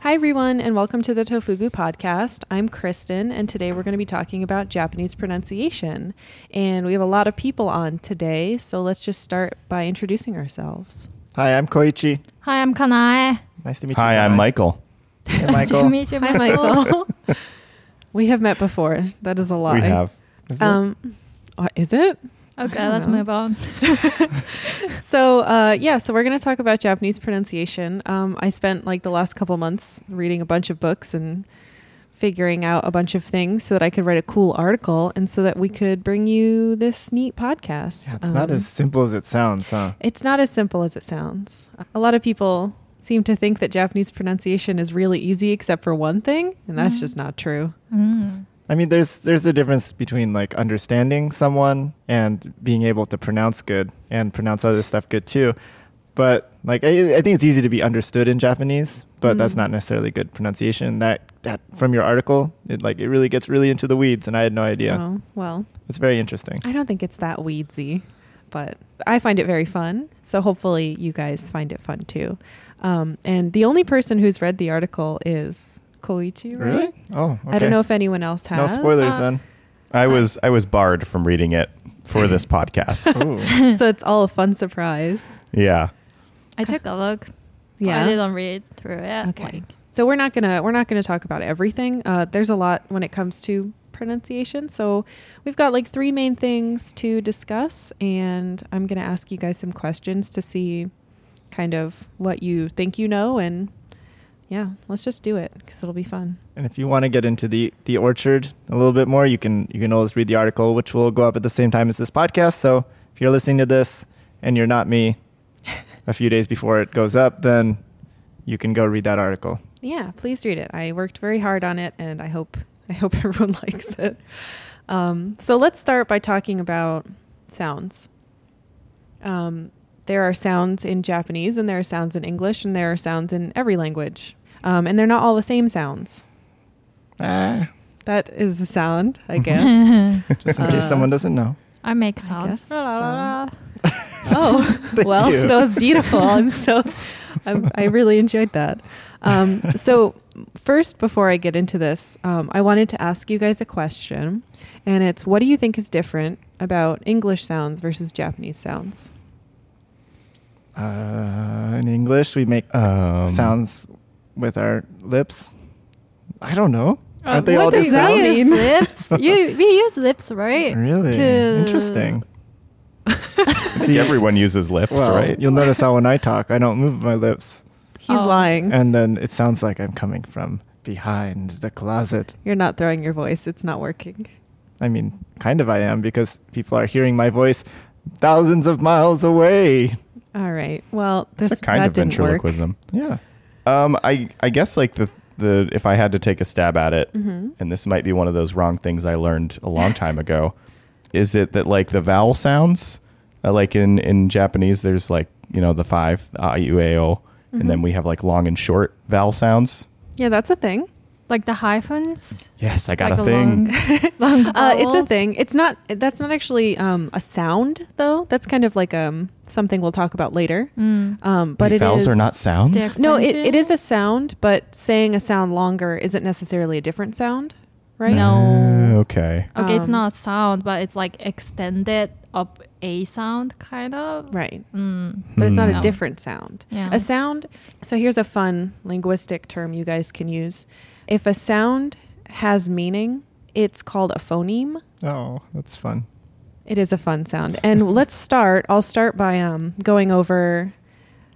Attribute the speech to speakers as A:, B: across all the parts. A: Hi, everyone, and welcome to the Tofugu podcast. I'm Kristen, and today we're going to be talking about Japanese pronunciation. And we have a lot of people on today, so let's just start by introducing ourselves.
B: Hi, I'm Koichi.
C: Hi, I'm Kanae.
B: Nice to meet you.
D: Hi, I'm
B: Kai.
D: Michael.
B: Hey,
C: Nice to
B: Michael.
C: meet you,
A: Hi, Michael. we have met before. That is a lie.
B: We have. Is it-
A: Um, what, is it? I
C: Okay,
A: don't
C: let's
A: know.
C: move on.
A: So, uh, yeah, so we're going to talk about Japanese pronunciation. Um, I spent like the last couple months reading a bunch of books and figuring out a bunch of things so that I could write a cool article and so that we could bring you this neat podcast.
B: Yeah, it's not
A: Um,
B: as simple as it sounds, huh?
A: it's not as simple as it sounds. A lot of people seem to think that Japanese pronunciation is really easy except for one thing, and that's just not true.
C: Mm.
B: I mean, there's there's a difference between like understanding someone and being able to pronounce good and pronounce other stuff good too. But like, I, I think it's easy to be understood in Japanese, but that's
A: Mm.
B: not necessarily good pronunciation. That that from your article, it like it really gets really into the weeds, and I had no idea.
A: Oh, well,
B: It's very interesting.
A: I don't think it's that weedsy, but I find it very fun. So hopefully you guys find it fun too. Um, and the only person who's read the article is Koichi, right?
B: Really? Oh, okay.
A: I don't know if anyone else
B: no
A: has.
B: spoilers
C: Uh,
B: then.
D: I was I was barred from reading it for this podcast.
B: Ooh.
A: so it's all a fun surprise.
D: Yeah.
C: I took a look. Yeah. I
A: Yeah.
C: didn't read through it.
A: Okay.
C: Like,
A: So we're not gonna we're not gonna talk about everything. Uh, there's a lot when it comes to pronunciation. So we've got like three main things to discuss, and I'm gonna ask you guys some questions to see kind of what you think you know, and yeah, let's just do it because it'll be fun.
B: And if you want to get into the the orchard a little bit more, you can you can always read the article, which will go up at the same time as this podcast. So if you're listening to this and you're not me, a few days before it goes up, then you can go read that article.
A: Yeah, please read it. I worked very hard on it, and I hope I hope everyone likes it. Um, so let's start by talking about sounds. Um, there are sounds in Japanese, and there are sounds in English, and there are sounds in every language, um, and they're not all the same sounds. That is a sound, I guess.
B: Ah. Just in
A: Uh,
B: case someone doesn't know.
C: I make
A: I
C: sounds.
A: guess
C: La, la, la, la.
A: oh,
B: Thank
A: well,
B: you.
A: that was beautiful. I'm so, I'm, I really enjoyed that. Um, so, first, before I get into this, um, I wanted to ask you guys a question, and it's what do you think is different about English sounds versus Japanese sounds?
B: Uh, in English, we make
D: Um,
B: sounds with our lips. I don't know. Aren't they
C: Uh,
B: all
C: what
B: the
C: do you
B: same?
C: use lips? you, we use lips, right?
B: Really
C: To-
B: interesting.
D: I think everyone uses lips,
B: Well,
D: right?
B: You'll notice how when I talk, I don't move my lips.
A: He's
C: Oh.
A: lying.
B: and then it sounds like I'm coming from behind the closet.
A: You're not throwing your voice. It's not working.
B: I mean, kind of I am because people are hearing my voice thousands of miles away.
A: All right. Well, this
D: It's a kind
A: that
D: of
A: didn't work.
D: ventriloquism.
B: Yeah.
D: Um, I I guess like the the if I had to take a stab at it,
A: Mhm.
D: and this might be one of those wrong things I learned a long time ago, is it that like the vowel sounds, uh, like in in Japanese, there's like you know the five a i u e o, and then we have like long and short vowel sounds.
A: Yeah, that's a thing.
C: Like the hyphens?
D: Yes, I got
C: like
D: a
C: the
D: thing.
C: Long, long
A: Uh, it's a
C: vowels?
A: thing. It's not. That's not actually um, a sound, though. That's kind of like um, something we'll talk about later.
C: Mm.
A: Um, but
D: Wait,
A: it
D: vowels are
A: is-
D: not sounds.
C: Dick.
A: No, it, it
C: Accentuated?
A: is a sound, but saying a sound longer isn't necessarily a different sound, right?
C: No.
D: Uh, okay.
C: Okay, it's
A: Um,
C: not sound, but it's like extended up a sound, kind of.
A: Right.
C: Mm.
A: But it's not a
B: Hmm.
C: No.
A: different sound.
C: Yeah.
A: A sound, so here's a fun linguistic term you guys can use. If a sound has meaning, it's called a phoneme.
B: Oh, that's fun.
A: It is a fun sound. And let's start. I'll start by um, going over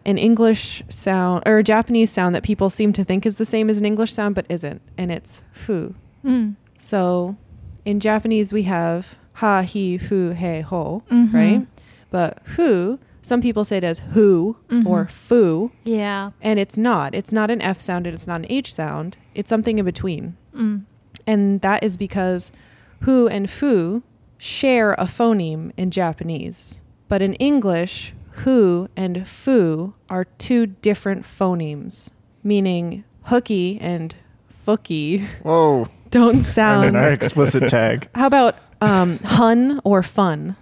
A: an English sound or a Japanese sound that people seem to think is the same as an English sound but isn't, and it's fu.
C: Mm.
A: So in Japanese, we have ha, he, fu, he, ho,
C: Mhm.
A: right? But who, some people say it as who
C: Mhm.
A: or fu,
C: Yeah.
A: and it's not. It's not an F sound and it's not an H sound. It's something in between.
C: Mm.
A: And that is because who and fu share a phoneme in Japanese. But in English, who and fu are two different phonemes, meaning hooky and fooky
B: Whoa.
A: don't
B: And then our
A: sound.
B: explicit tag.
A: How about um, hun or fun?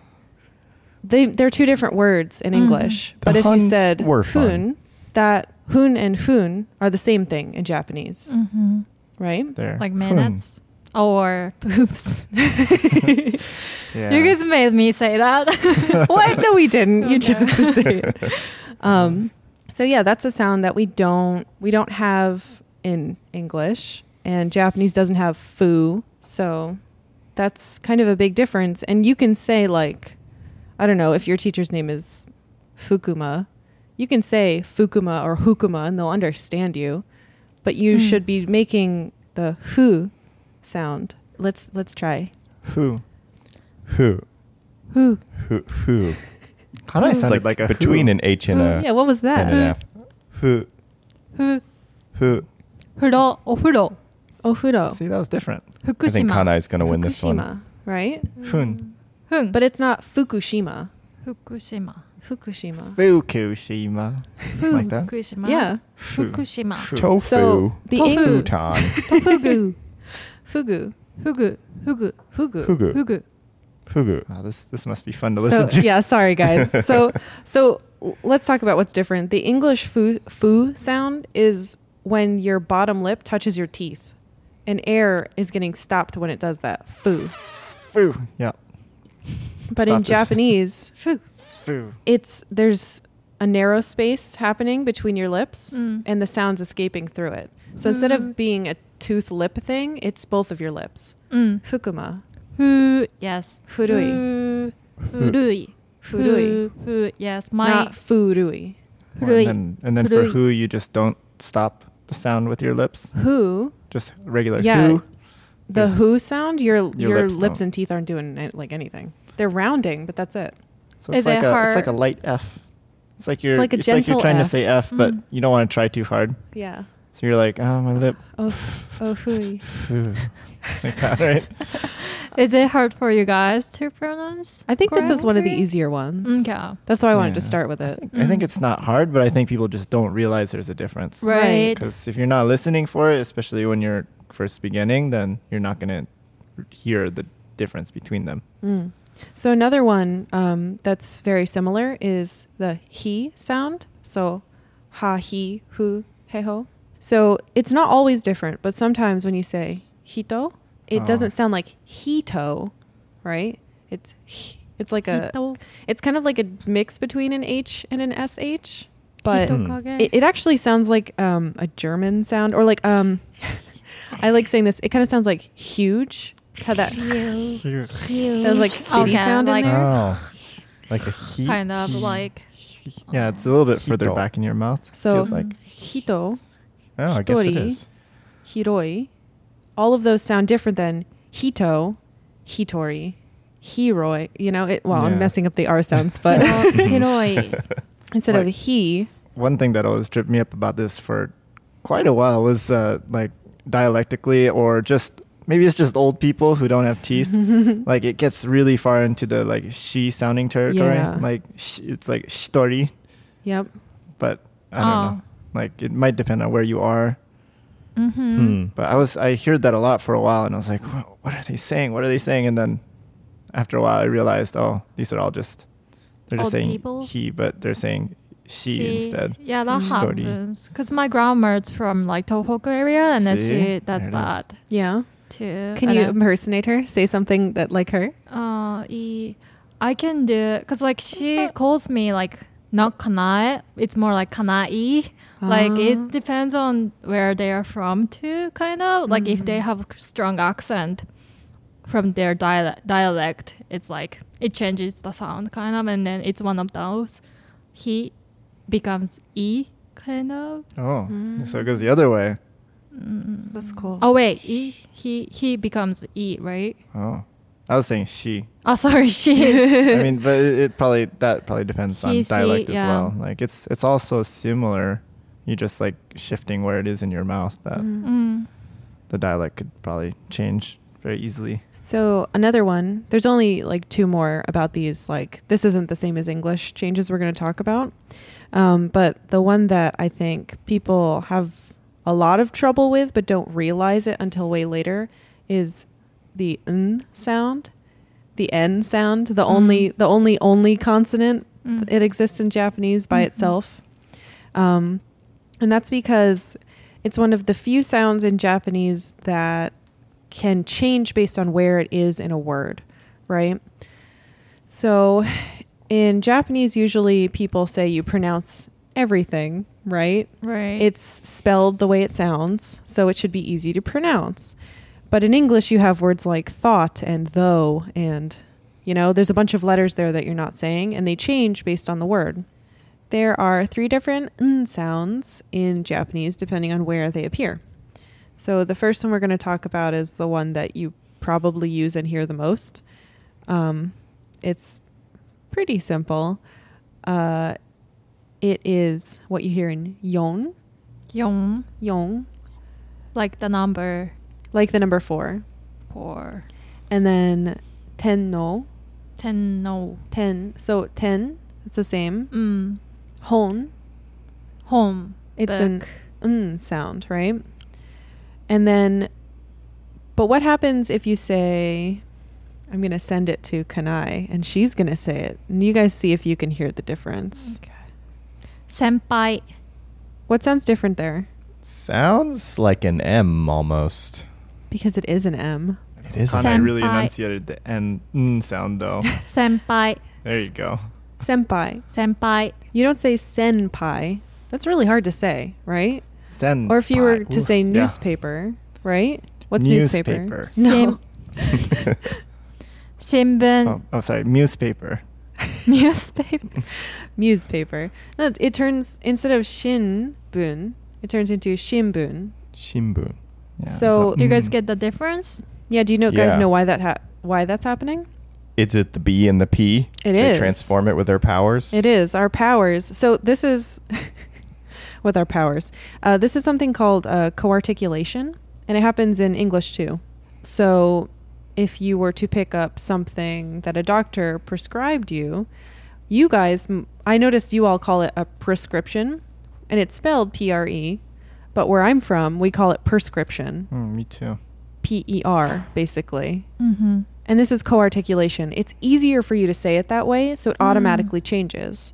A: They they're two different words in
C: Mhm.
A: English,
D: Mm-hmm. The
A: but if you
D: huns
A: said
D: were fun.
A: fun, that hun and fun are the same thing in Japanese,
C: Mm-hmm.
A: right?
B: There.
C: Like
B: Hmm.
C: minutes or poops.
B: Yeah.
C: You guys made me say that.
A: what? No, we didn't. You
C: Okay.
A: chose to say it. Um, so yeah, that's a sound that we don't we don't have in English, and Japanese doesn't have fu. So that's kind of a big difference. And you can say like, I don't know, if your teacher's name is Fukuma, you can say Fukuma or Hukuma, and they'll understand you. But you
C: Mm.
A: should be making the hu sound. Let's let's try.
B: Who?
D: Who?
A: Who?
D: Who? Who?
B: Kind of
D: It's
B: sounded like, a who.
D: between an H and a
A: yeah, what was that? Uh,
D: and an F. Who?
C: Fu-
D: Who?
C: Furo, ofuro,
A: Ohuro.
B: See, that was different.
D: I think
C: Oh, Fukushima. Mm.
D: Kana is going to win this one.
A: Fukushima, right?
B: Fun.
C: Hun,
A: But it's not Fukushima.
C: Fukushima.
A: Fukushima.
B: Fukushima. Like that?
C: Fukushima.
A: Yeah.
B: Fu-
C: Fukushima.
B: Fu-
D: Tofu.
A: So the
C: Tofu.
A: Eng-
D: Futon.
C: Fugu.
A: Fugu.
C: Fugu. Fugu.
A: Fugu.
D: Fugu.
C: Fugu.
D: Fugu.
B: Wow, this this must be fun to
A: so,
B: listen to.
A: Yeah, sorry guys. So so l- let's talk about what's different. The English fu fu sound is when your bottom lip touches your teeth. And air is getting stopped when it does that. Fu.
B: Foo. Yeah.
A: But
B: Stop
A: in
B: this.
A: Japanese,
C: Fu.
B: Foo.
A: it's there's a narrow space happening between your lips
C: Mm.
A: and the sounds escaping through it. So instead of being a tooth lip thing, it's both of your lips.
C: Mm.
A: Fukuma.
C: Fu. Yes.
A: Furui.
C: Fu- Furui.
A: Furui.
C: Fu- Fu. Yes. My.
A: Not furui.
B: Well,
C: Rui.
B: And then, and then for
C: Rui.
B: who, you just don't stop the sound with your lips.
A: Who?
B: Just regular
A: Yeah.
B: who.
A: The
B: Is-
A: who sound. Your your, lips,
B: lips don't.
A: and teeth aren't doing an- like anything. They're rounding, but that's it.
B: So it's
C: Is
B: like
C: it
B: a
C: hard-
B: it's like a light F. It's like you're
A: like a
B: like you're
A: gentle
B: trying
A: F. Mm-hmm.
B: to say F, but
C: Mm.
B: you don't want to try too hard.
A: Yeah.
B: So you're like, oh my lip.
A: Oh, oh, hui.
B: Foo. like that, right?
C: Is it hard for you guys to pronounce?
A: I think this is one of the
C: correctly? Mm,
A: easier ones.
C: Okay.
A: That's why I wanted to
B: Yeah.
A: start with it.
B: I think
C: Mm.
B: it's not hard, but I think people just don't realize there's a difference.
A: Right.
C: Right.
B: Because if you're not listening for it, especially when you're first beginning, then you're not going to hear the difference between them.
A: Mm. So another one um, that's very similar is the he sound. So ha he hu he ho. So it's not always different, but sometimes when you say hito, it
B: Oh.
A: doesn't sound like hito, right? It's h- it's like a
C: Hito-
A: it's kind of like a mix between an H and an SH, but
B: Hmm.
D: Hito.
C: hitokage.
A: it, it actually sounds like um, a German sound or like um, I like saying this. It kind of sounds like huge. How that
C: Huge.
A: There's, like, spitty
C: Okay,
A: sound in
C: like-
A: there.
D: Oh. Like a heat.
C: kind of like
B: Yeah, it's a little bit further
D: Hito.
B: back in your mouth.
A: So-
B: feels like.
A: hito
D: Oh, I guess it
A: Hitori.
D: is.
A: hiroi. All of those sound different than hito, hitori, hiroi. You know, it, well,
B: Yeah.
A: I'm messing up the R sounds, but
C: Hiro- hiroi.
A: instead of
B: Like-
A: he,
B: One thing that always tripped me up about this for quite a while was uh, like dialectically or just maybe it's just old people who don't have teeth. like it gets really far into the like she sounding territory.
A: Yeah.
B: Like sh- it's like story,
A: yep,
B: but I
C: Oh.
B: don't know. Like it might depend on where you are. Hmm.
C: Mm-hmm.
B: But I was I heard that a lot for a while, and I was like, "Wha- what are they saying? What are they saying? And then after a while, I realized, oh, these are all just they're just
C: Old
B: saying
C: people?
B: he, but they're saying she, instead.
C: Yeah, that
B: Story.
C: happens. Because my grandma's from like Tohoku area, and then
B: See?
C: she that's
B: There it
C: that
A: yeah.
C: too.
A: Can
C: And
A: you
C: then-
A: impersonate her? Say something that like her.
C: Uh, e- I can do because like she calls me like not kanai. It's more like kanai. Like
A: Ah.
C: it depends on where they are from too, kind of. Like if
B: Mm-hmm.
C: they have strong accent from their dialect, dialect, it's like it changes the sound kind of, and then it's one of those. He becomes e kind of.
B: Oh,
C: Mm.
B: so it goes the other way.
A: That's cool.
C: Oh wait, e he he becomes e right?
B: Oh, I was saying she.
C: Oh sorry, she.
B: I mean, but it, it probably that probably depends on
C: He, she,
B: dialect as
C: yeah.
B: well. Like it's it's also similar. You just like shifting where it is in your mouth that
C: mm.
B: the dialect could probably change very easily.
A: So another one. There's only like two more about these. Like this isn't the same as English changes we're going to talk about, um, but the one that I think people have a lot of trouble with, but don't realize it until way later, is the n sound, the n sound, the only the only only consonant.
C: Mm.
A: It exists in Japanese by
C: Mhm.
A: itself. Um, And that's because it's one of the few sounds in Japanese that can change based on where it is in a word, right? So in Japanese, usually people say you pronounce everything, right?
C: Right.
A: It's spelled the way it sounds, so it should be easy to pronounce. But in English, you have words like thought and though, and you know, there's a bunch of letters there that you're not saying, and they change based on the word. There are three different n sounds in Japanese depending on where they appear. So the first one we're going to talk about is the one that you probably use and hear the most. Um, it's pretty simple. Uh, it is what you hear in yon,
C: yon,
A: yon,
C: like the number
A: like the number four,
C: for
A: and then ten no,
C: ten no.
A: ten. So ten, it's the same.
C: Mm.
A: Hon,
C: Home.
A: it's an
C: book.
A: mm sound, right? And then, but what happens if you say, "I'm going to send it to Kanai," and she's going to say it, and you guys see if you can hear the difference.
C: senpai.
A: What sounds different there?
D: Sounds like an M almost.
A: Because it is an M.
D: It is.
B: Kanai
D: An M.
C: Senpai.
B: really enunciated the N mm sound though.
C: senpai.
B: there you go.
A: Senpai.
C: Senpai.
A: You don't say senpai. That's really hard to say, right?
B: Sen.
A: Or if you were to say
B: Yeah.
A: newspaper, right? What's newspaper? No.
B: Newspaper.
C: Shinbun.
B: Oh, oh, sorry, newspaper.
C: Newspaper.
A: newspaper. No, it- it turns instead of shinbun, it turns into shinbun.
D: Shimbun.
A: So-
C: you guys
B: mm.
C: get the difference?
A: Yeah, do you know guys
D: Yeah.
A: know why that ha- why that's happening?
D: Is it the B and the P?
A: It
D: It is. they
A: is.
D: transform it with their powers.
A: It is our powers. So this is with our powers. Uh, this is something called uh, coarticulation, and it happens in English too. So if you were to pick up something that a doctor prescribed you, you guys, m- I noticed you all call it a prescription, and it's spelled P R E, but where I'm from, we call it prescription,
B: Mm, me too.
A: P E R, basically.
C: Mm-hmm.
A: And this is co-articulation. It's easier for you to say it that way, so it
C: Mm.
A: automatically changes.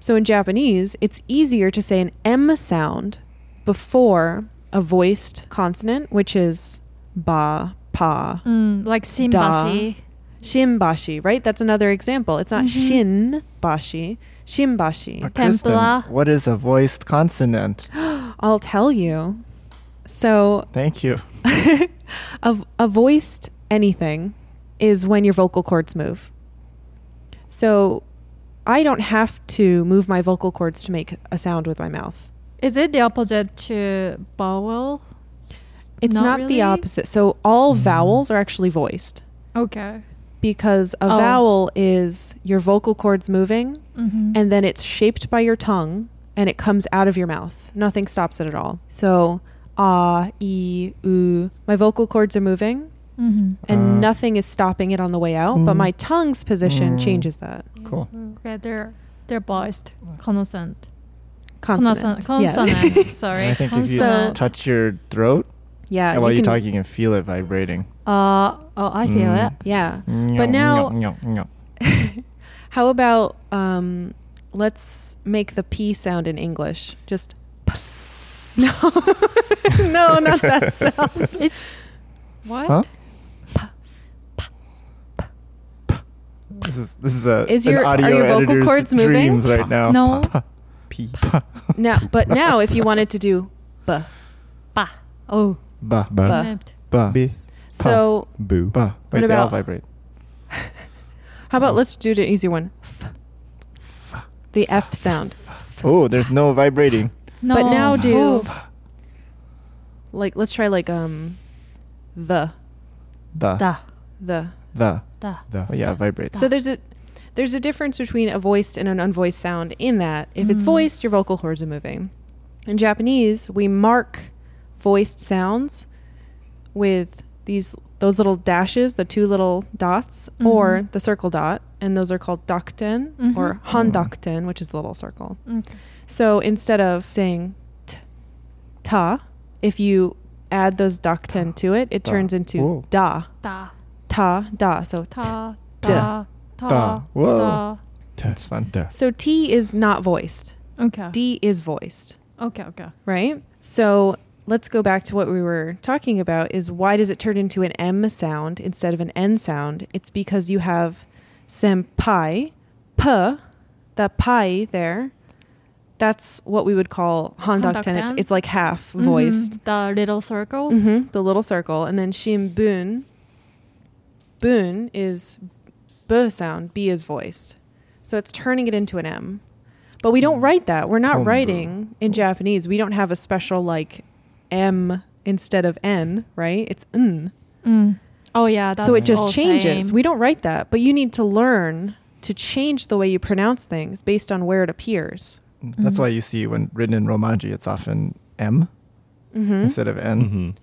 A: So in Japanese, it's easier to say an M sound before a voiced consonant, which is ba, pa,
C: Mm, like Shinbashi.
A: shinbashi, right? That's another example. It's not
C: Mhm.
A: shinbashi, shinbashi.
B: But Kristen,
C: Tempura.
B: what is a voiced consonant?
A: I'll tell you. So
B: Thank you.
A: a, a voiced anything is when your vocal cords move. So I don't have to move my vocal cords to make a sound with my mouth.
C: Is it the opposite to vowel?
A: It's not,
C: really?
A: the opposite. So all vowels are actually voiced
C: Okay.
A: because a
C: Oh.
A: vowel is your vocal cords moving
C: Mm-hmm.
A: and then it's shaped by your tongue and it comes out of your mouth. Nothing stops it at all. So ah, e, oo, my vocal cords are moving
C: mm-hmm.
A: and
B: Uh,
A: nothing is stopping it on the way out, but
B: Mm.
A: my tongue's position
B: Mm.
A: changes that.
B: Cool.
C: Okay, they're they're voiced. Consonant.
A: Consonant.
C: Consonant.
A: Yeah.
C: Sorry.
B: And I think if you
A: So-
C: consonant.
B: touch your throat
A: yeah.
B: while
A: you
B: you're
A: can-
B: talking, you can feel it vibrating.
C: uh, oh, I feel
B: Hmm.
D: Mm.
C: it.
A: Yeah. But now, how about um, let's make the P sound in English? Just pss. No. no, not that sound.
C: It's what?
B: Huh? This is this is a
A: Is
B: an
A: your- are
B: audio
A: your vocal
B: editor's
A: cords moving?
B: dreams right now.
C: No.
D: P.
A: Now, but now, if you wanted to do b,
C: Ba. Oh.
B: Ba
A: Ba.
B: ba ba
D: B.
A: so
D: Boo.
B: ba. Wait, they all
A: about-
B: vibrate.
A: how about let's do an easier one? F. The F sound.
B: Oh, there's no vibrating.
C: No.
A: But now do
C: Oh.
A: like let's try like um the
B: The
C: Da.
A: the.
B: the
C: Da.
B: the. Oh, yeah, it vibrates.
A: So there's a there's a difference between a voiced and an unvoiced sound in that if it's
C: Mm.
A: voiced, your vocal cords are moving. In Japanese, we mark voiced sounds with these those little dashes, the two little dots, or
C: Mhm.
A: the circle dot, and those are called dokten or
C: Mhm.
A: handokten, which is the little circle.
C: Okay.
A: So instead of saying t, ta, if you add those dokten to it, it
B: Da.
A: turns into
B: Whoa.
A: da,
C: Da.
A: ta, da. So
C: Ta.
B: Da.
C: Da.
B: Da.
C: Ta.
B: Whoa.
C: Da.
B: That's fun.
A: So T is not voiced.
C: Okay.
A: D is voiced.
C: Okay, okay.
A: right? So let's go back to what we were talking about is why does it turn into an M sound instead of an N sound? It's because you have senpai, p, the pi there. That's what we would call handakten. It's,
C: Handakten.
A: it's like half voiced.
C: Mhm, The little circle.
A: Mhm, the little circle. And then shimbun, bun is b sound. B is voiced. So it's turning it into an M. But we
C: Mm.
A: don't write that. We're not
B: Honbu.
A: writing in Japanese. We don't have a special like M instead of N, right? It's N.
C: Mm. Oh yeah. That's
A: So it just
C: all
A: changes.
C: same.
A: We don't write that. But you need to learn to change the way you pronounce things based on where it appears.
C: Mm-hmm.
B: That's why you see when written in Romaji, it's often M
A: Mm-hmm.
B: instead of N.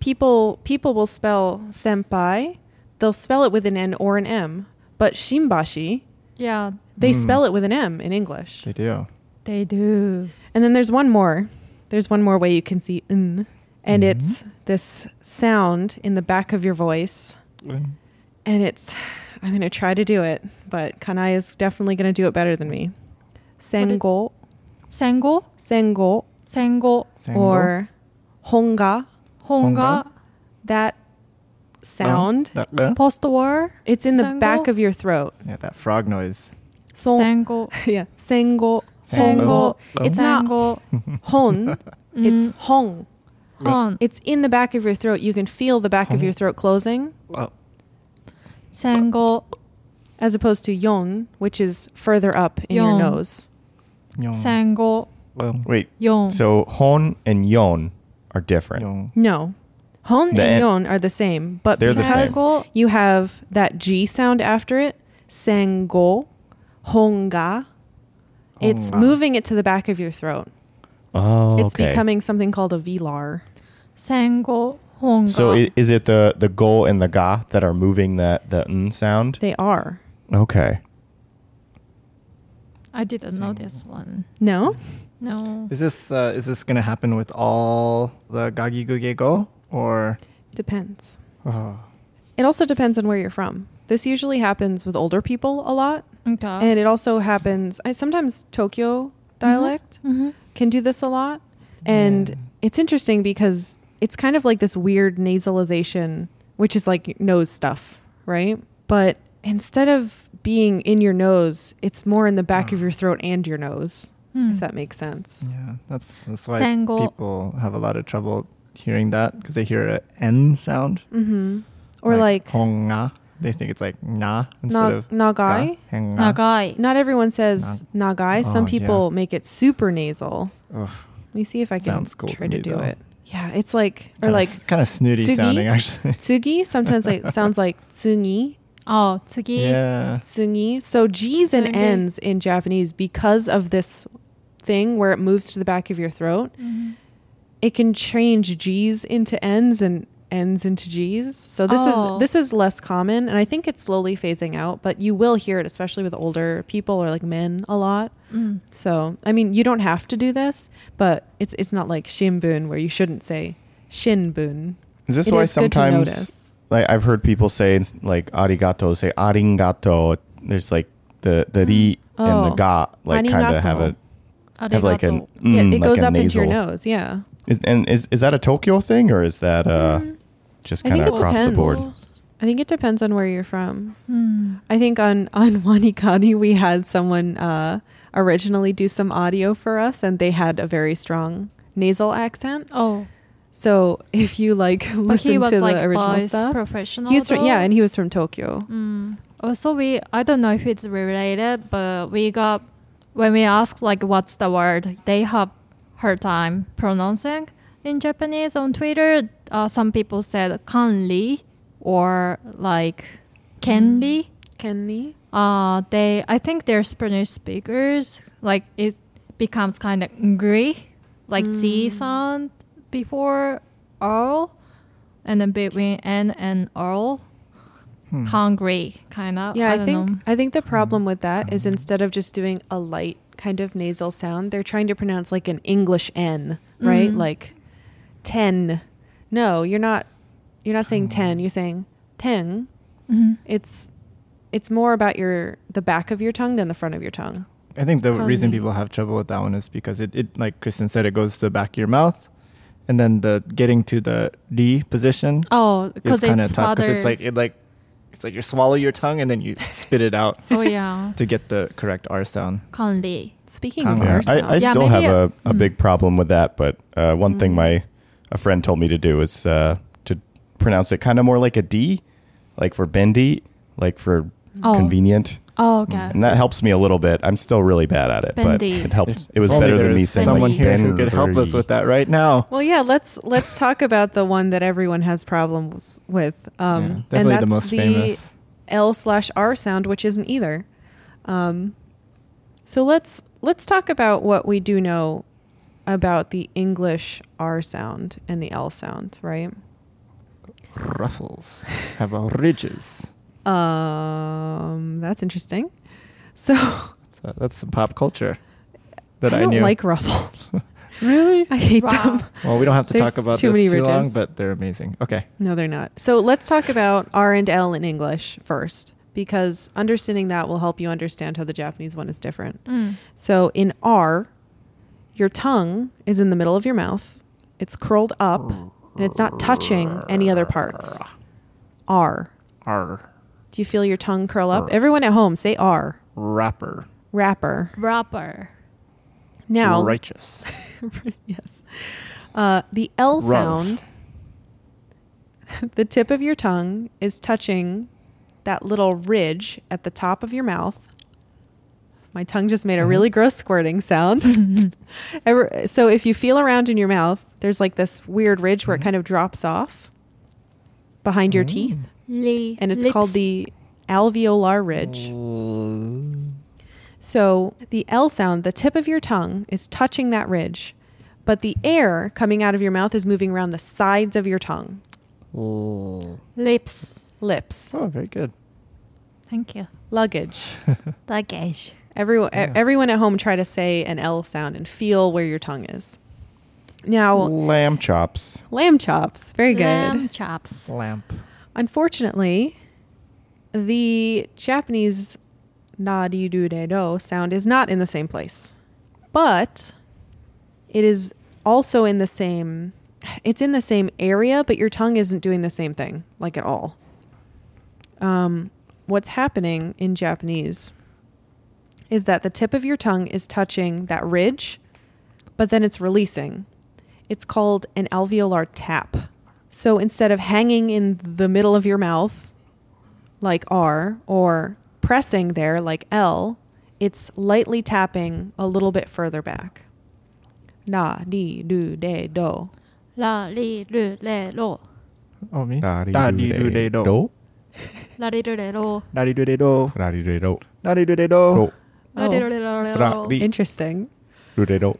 A: people people will spell senpai they'll spell it with an n or an m but shimbashi
C: Yeah,
A: they
B: Mm.
A: spell it with an m in english
B: They do.
C: they do.
A: and then there's one more there's one more way you can see n and
B: Hmm.
A: it's this sound in the back of your voice and it's i'm going to try to do it but kanai is definitely going to do it better than me sengo
C: Sengo,
A: sengo
C: sengo,
A: or honga
C: honga,
A: that sound
B: Oh, that, uh,
C: post war.
A: it's in the
C: Sengo?
A: back of your throat
B: yeah, that frog noise.
A: So-
C: Sengo,
A: yeah. Sengo.
C: sengo,
B: Sengo.
A: It's not
C: sengo,
A: hon.
C: Mm-hmm.
A: It's hong.
C: hon,
A: It's in the back of your throat. You can feel the back
D: Mm-hmm.
A: of your throat closing,
B: Well,
C: sengo,
A: as opposed to yon, which is further up in your
C: Yon.
A: nose.
B: yong,
C: sengo,
B: well,
D: Wait.
C: yon.
D: uh, So hon and yon are different.
B: yong.
A: No. Hon
D: The
A: and
D: en-
A: yon are the same, but
D: They're the same.
A: because
C: Sengo,
A: you have that G sound after it, sengo, honga, it's
B: Honga.
A: moving it to the back of your throat.
D: Oh,
A: It's
D: okay.
A: becoming something called a velar.
C: sengo, honga.
D: So i- is it the the go and the ga that are moving the the n sound?
A: They are.
D: Okay.
C: I didn't know this one.
A: No?
C: No.
B: Is this uh, is this gonna happen with all the gagi guge go or?
A: Depends.
B: Oh,
A: It also depends on where you're from. This usually happens with older people a lot,
C: Okay.
B: Oh.
A: and it also happens. I sometimes Tokyo dialect
C: Mhm.
A: can do this a lot, and
B: Mm-hmm. Yeah.
A: it's interesting because it's kind of like this weird nasalization, which is like nose stuff, right? But instead of being in your nose, it's more in the back
B: Oh.
A: of your throat and your nose,
C: Hmm.
A: if that makes sense.
B: yeah, that's that's why
C: Sengo.
B: people have a lot of trouble hearing that because they hear a n sound
A: hmm Or like,
B: honga. They think it's like na instead
A: na-
B: of
A: nagai.
B: ga, henga.
C: Nagai.
A: Not everyone says nagai. Some
B: Oh,
A: people
B: yeah.
A: make it super nasal.
B: Ugh,
A: Let me see if I can
B: Sounds cool
A: try
B: to
A: to,
B: me,
A: do
B: though.
A: it. Yeah, it's like or like
B: kind of snooty
A: tsugi?
B: sounding actually.
A: tsugi. Sometimes like sounds like tsungi,
C: Oh, tsugi.
B: yeah.
A: tsungi. So G's and
C: Tsugi.
A: N's in Japanese because of this thing where it moves to the back of your throat,
C: Mhm.
A: it can change G's into N's and N's into G's. So this
C: Oh.
A: is this is less common, and I think it's slowly phasing out. But you will hear it, especially with older people or like men, a lot.
C: Mm.
A: So, I mean, you don't have to do this, but it's it's not like shinbun where you shouldn't say shinbun.
D: Is this
A: It
D: why
A: is good to
D: sometimes
A: notice.
D: like I've heard people say it's like arigato say aringato? There's like the the ri and
A: Oh.
D: the ga like kind of have a
A: Arigato.
D: have like an
C: Arigato.
A: yeah,
D: mm,
A: it
D: like
A: goes
D: a
A: up into your
D: nasal.
A: nose. Yeah,
D: Is, and is is that a Tokyo thing or is that uh just
A: Mm, I think
D: kind of
A: it
D: across the board?
A: depends. I think it depends on where you're from.
C: Hmm.
A: I think on on Wanikani we had someone uh, originally do some audio for us, and they had a very strong nasal accent.
C: Oh,
A: So if you like
C: but he
A: listen
C: was
A: to
C: like
A: the original
C: voice
A: stuff,
C: professional.
A: he was from,
C: though.
A: yeah, and he was from Tokyo.
C: Mm. Also, we I don't know if it's related, but we got when we asked like what's the word, they have hard time pronouncing in Japanese on Twitter. Uh, some people said kanli or like kenli.
A: Mm. Kenny,
C: Uh, they I think they're Spanish speakers. Like it becomes kind of ngri, like G sound before R, and then between N and R,
B: Hmm.
C: congri kind of.
A: yeah, I,
C: don't
A: think
C: know.
A: I think the problem with that
B: Mm.
A: is instead of just doing a light kind of nasal sound, they're trying to pronounce like an English N, right?
C: Mhm.
A: Like ten. No, you're not. You're not saying ten.
B: Oh.
A: You're saying ten.
C: Mhm.
A: It's it's more about your the back of your tongue than the front of your tongue.
B: I think the
A: Call
B: reason
A: me.
B: people have trouble with that one is because it, it like Kristen said, it goes to the back of your mouth, and then the getting to the D position
C: Oh,
B: is
C: because
B: kind
C: it's
B: of tough because
C: father.
B: it's like it like it's like you swallow your tongue and then you spit it out
C: oh yeah,
B: to get the correct R sound.
C: Conley.
A: Speaking
B: Come
A: of
B: here.
A: our
D: I, I
A: sounds,
C: Yeah,
D: still
C: maybe
D: have a, a
C: it-
D: big problem with that, but uh, one thing
A: Mm.
D: my a friend told me to do is uh, to pronounce it kind of more like a D, like for bendy, like for
A: Mm.
C: Oh.
D: convenient,
C: Oh okay.
B: Mm.
D: and that helps me a little bit. I'm still really bad at it,
C: Bendy.
D: but it helped. It
B: If
D: was
B: only
D: better
B: there
D: than me
B: is
D: saying
B: someone
D: like
B: here who could help
D: Benry.
B: us with that right now.
A: well, yeah, let's let's talk about the one that everyone has problems with. Um,
B: Yeah,
A: and
B: definitely the
A: that's
B: most famous.
A: L slash R sound, which isn't either. Um, so let's let's talk about what we do know about the English R sound and the L sound, right?
B: Ruffles have a ridges.
A: Um, that's interesting. So
B: So that's some pop culture that I,
A: I don't
B: knew.
A: like ruffles.
B: really?
A: I hate
C: Wow.
A: them.
B: Well, we don't have to
A: There's
B: talk about
A: too
B: this
A: many
B: too
A: ridges.
B: long, but they're amazing. Okay.
A: No, they're not. So let's talk about R and L in English first, because understanding that will help you understand how the Japanese one is different.
C: Mm.
A: So in R, your tongue is in the middle of your mouth, it's curled up, and it's not touching any other parts. R.
B: R
A: Do you feel your tongue curl up? Everyone at home, say R.
B: rapper
A: Rapper.
C: Rapper.
A: Now,
B: righteous
A: yes. Uh, the L
B: Rough.
A: sound, the tip of your tongue is touching that little ridge at the top of your mouth. My tongue just made a really gross squirting sound. Ever- so if you feel around in your mouth, there's like this weird ridge where it kind of drops off behind your teeth,
C: Lee.
A: and it's called the alveolar ridge.
B: Oh.
A: So the L sound, the tip of your tongue is touching that ridge, but the air coming out of your mouth is moving around the sides of your tongue,
C: lips.
A: lips,
B: Oh, very good.
C: Thank you.
A: luggage.
C: Luggage.
A: Everyone, e-
B: Yeah.
A: everyone at home, try to say an L sound and feel where your tongue is. Now,
D: lamb chops.
A: lamb chops, very good.
C: Lamb chops.
B: Lamp.
A: Unfortunately, the Japanese na di do de do sound is not in the same place, but it is also in the same. It's in the same area, but your tongue isn't doing the same thing like at all. Um, what's happening in Japanese is that the tip of your tongue is touching that ridge, but then it's releasing. It's called an alveolar tap. So instead of hanging in the middle of your mouth, like R, or pressing there, like L, it's lightly tapping a little bit further back. Na, di, do, de, do.
C: La li ru le lo.
B: Oh, me.
D: Da-di-do-de-do.
C: La li ru le
A: Oh.
C: lo.
B: Da-di-do-de-do.
D: Da-di-do-de-do.
B: Da-di-do-de-do.
D: Do.
C: La li ru le lo le lo.
D: Li.
A: Interesting.
D: Do-de-do.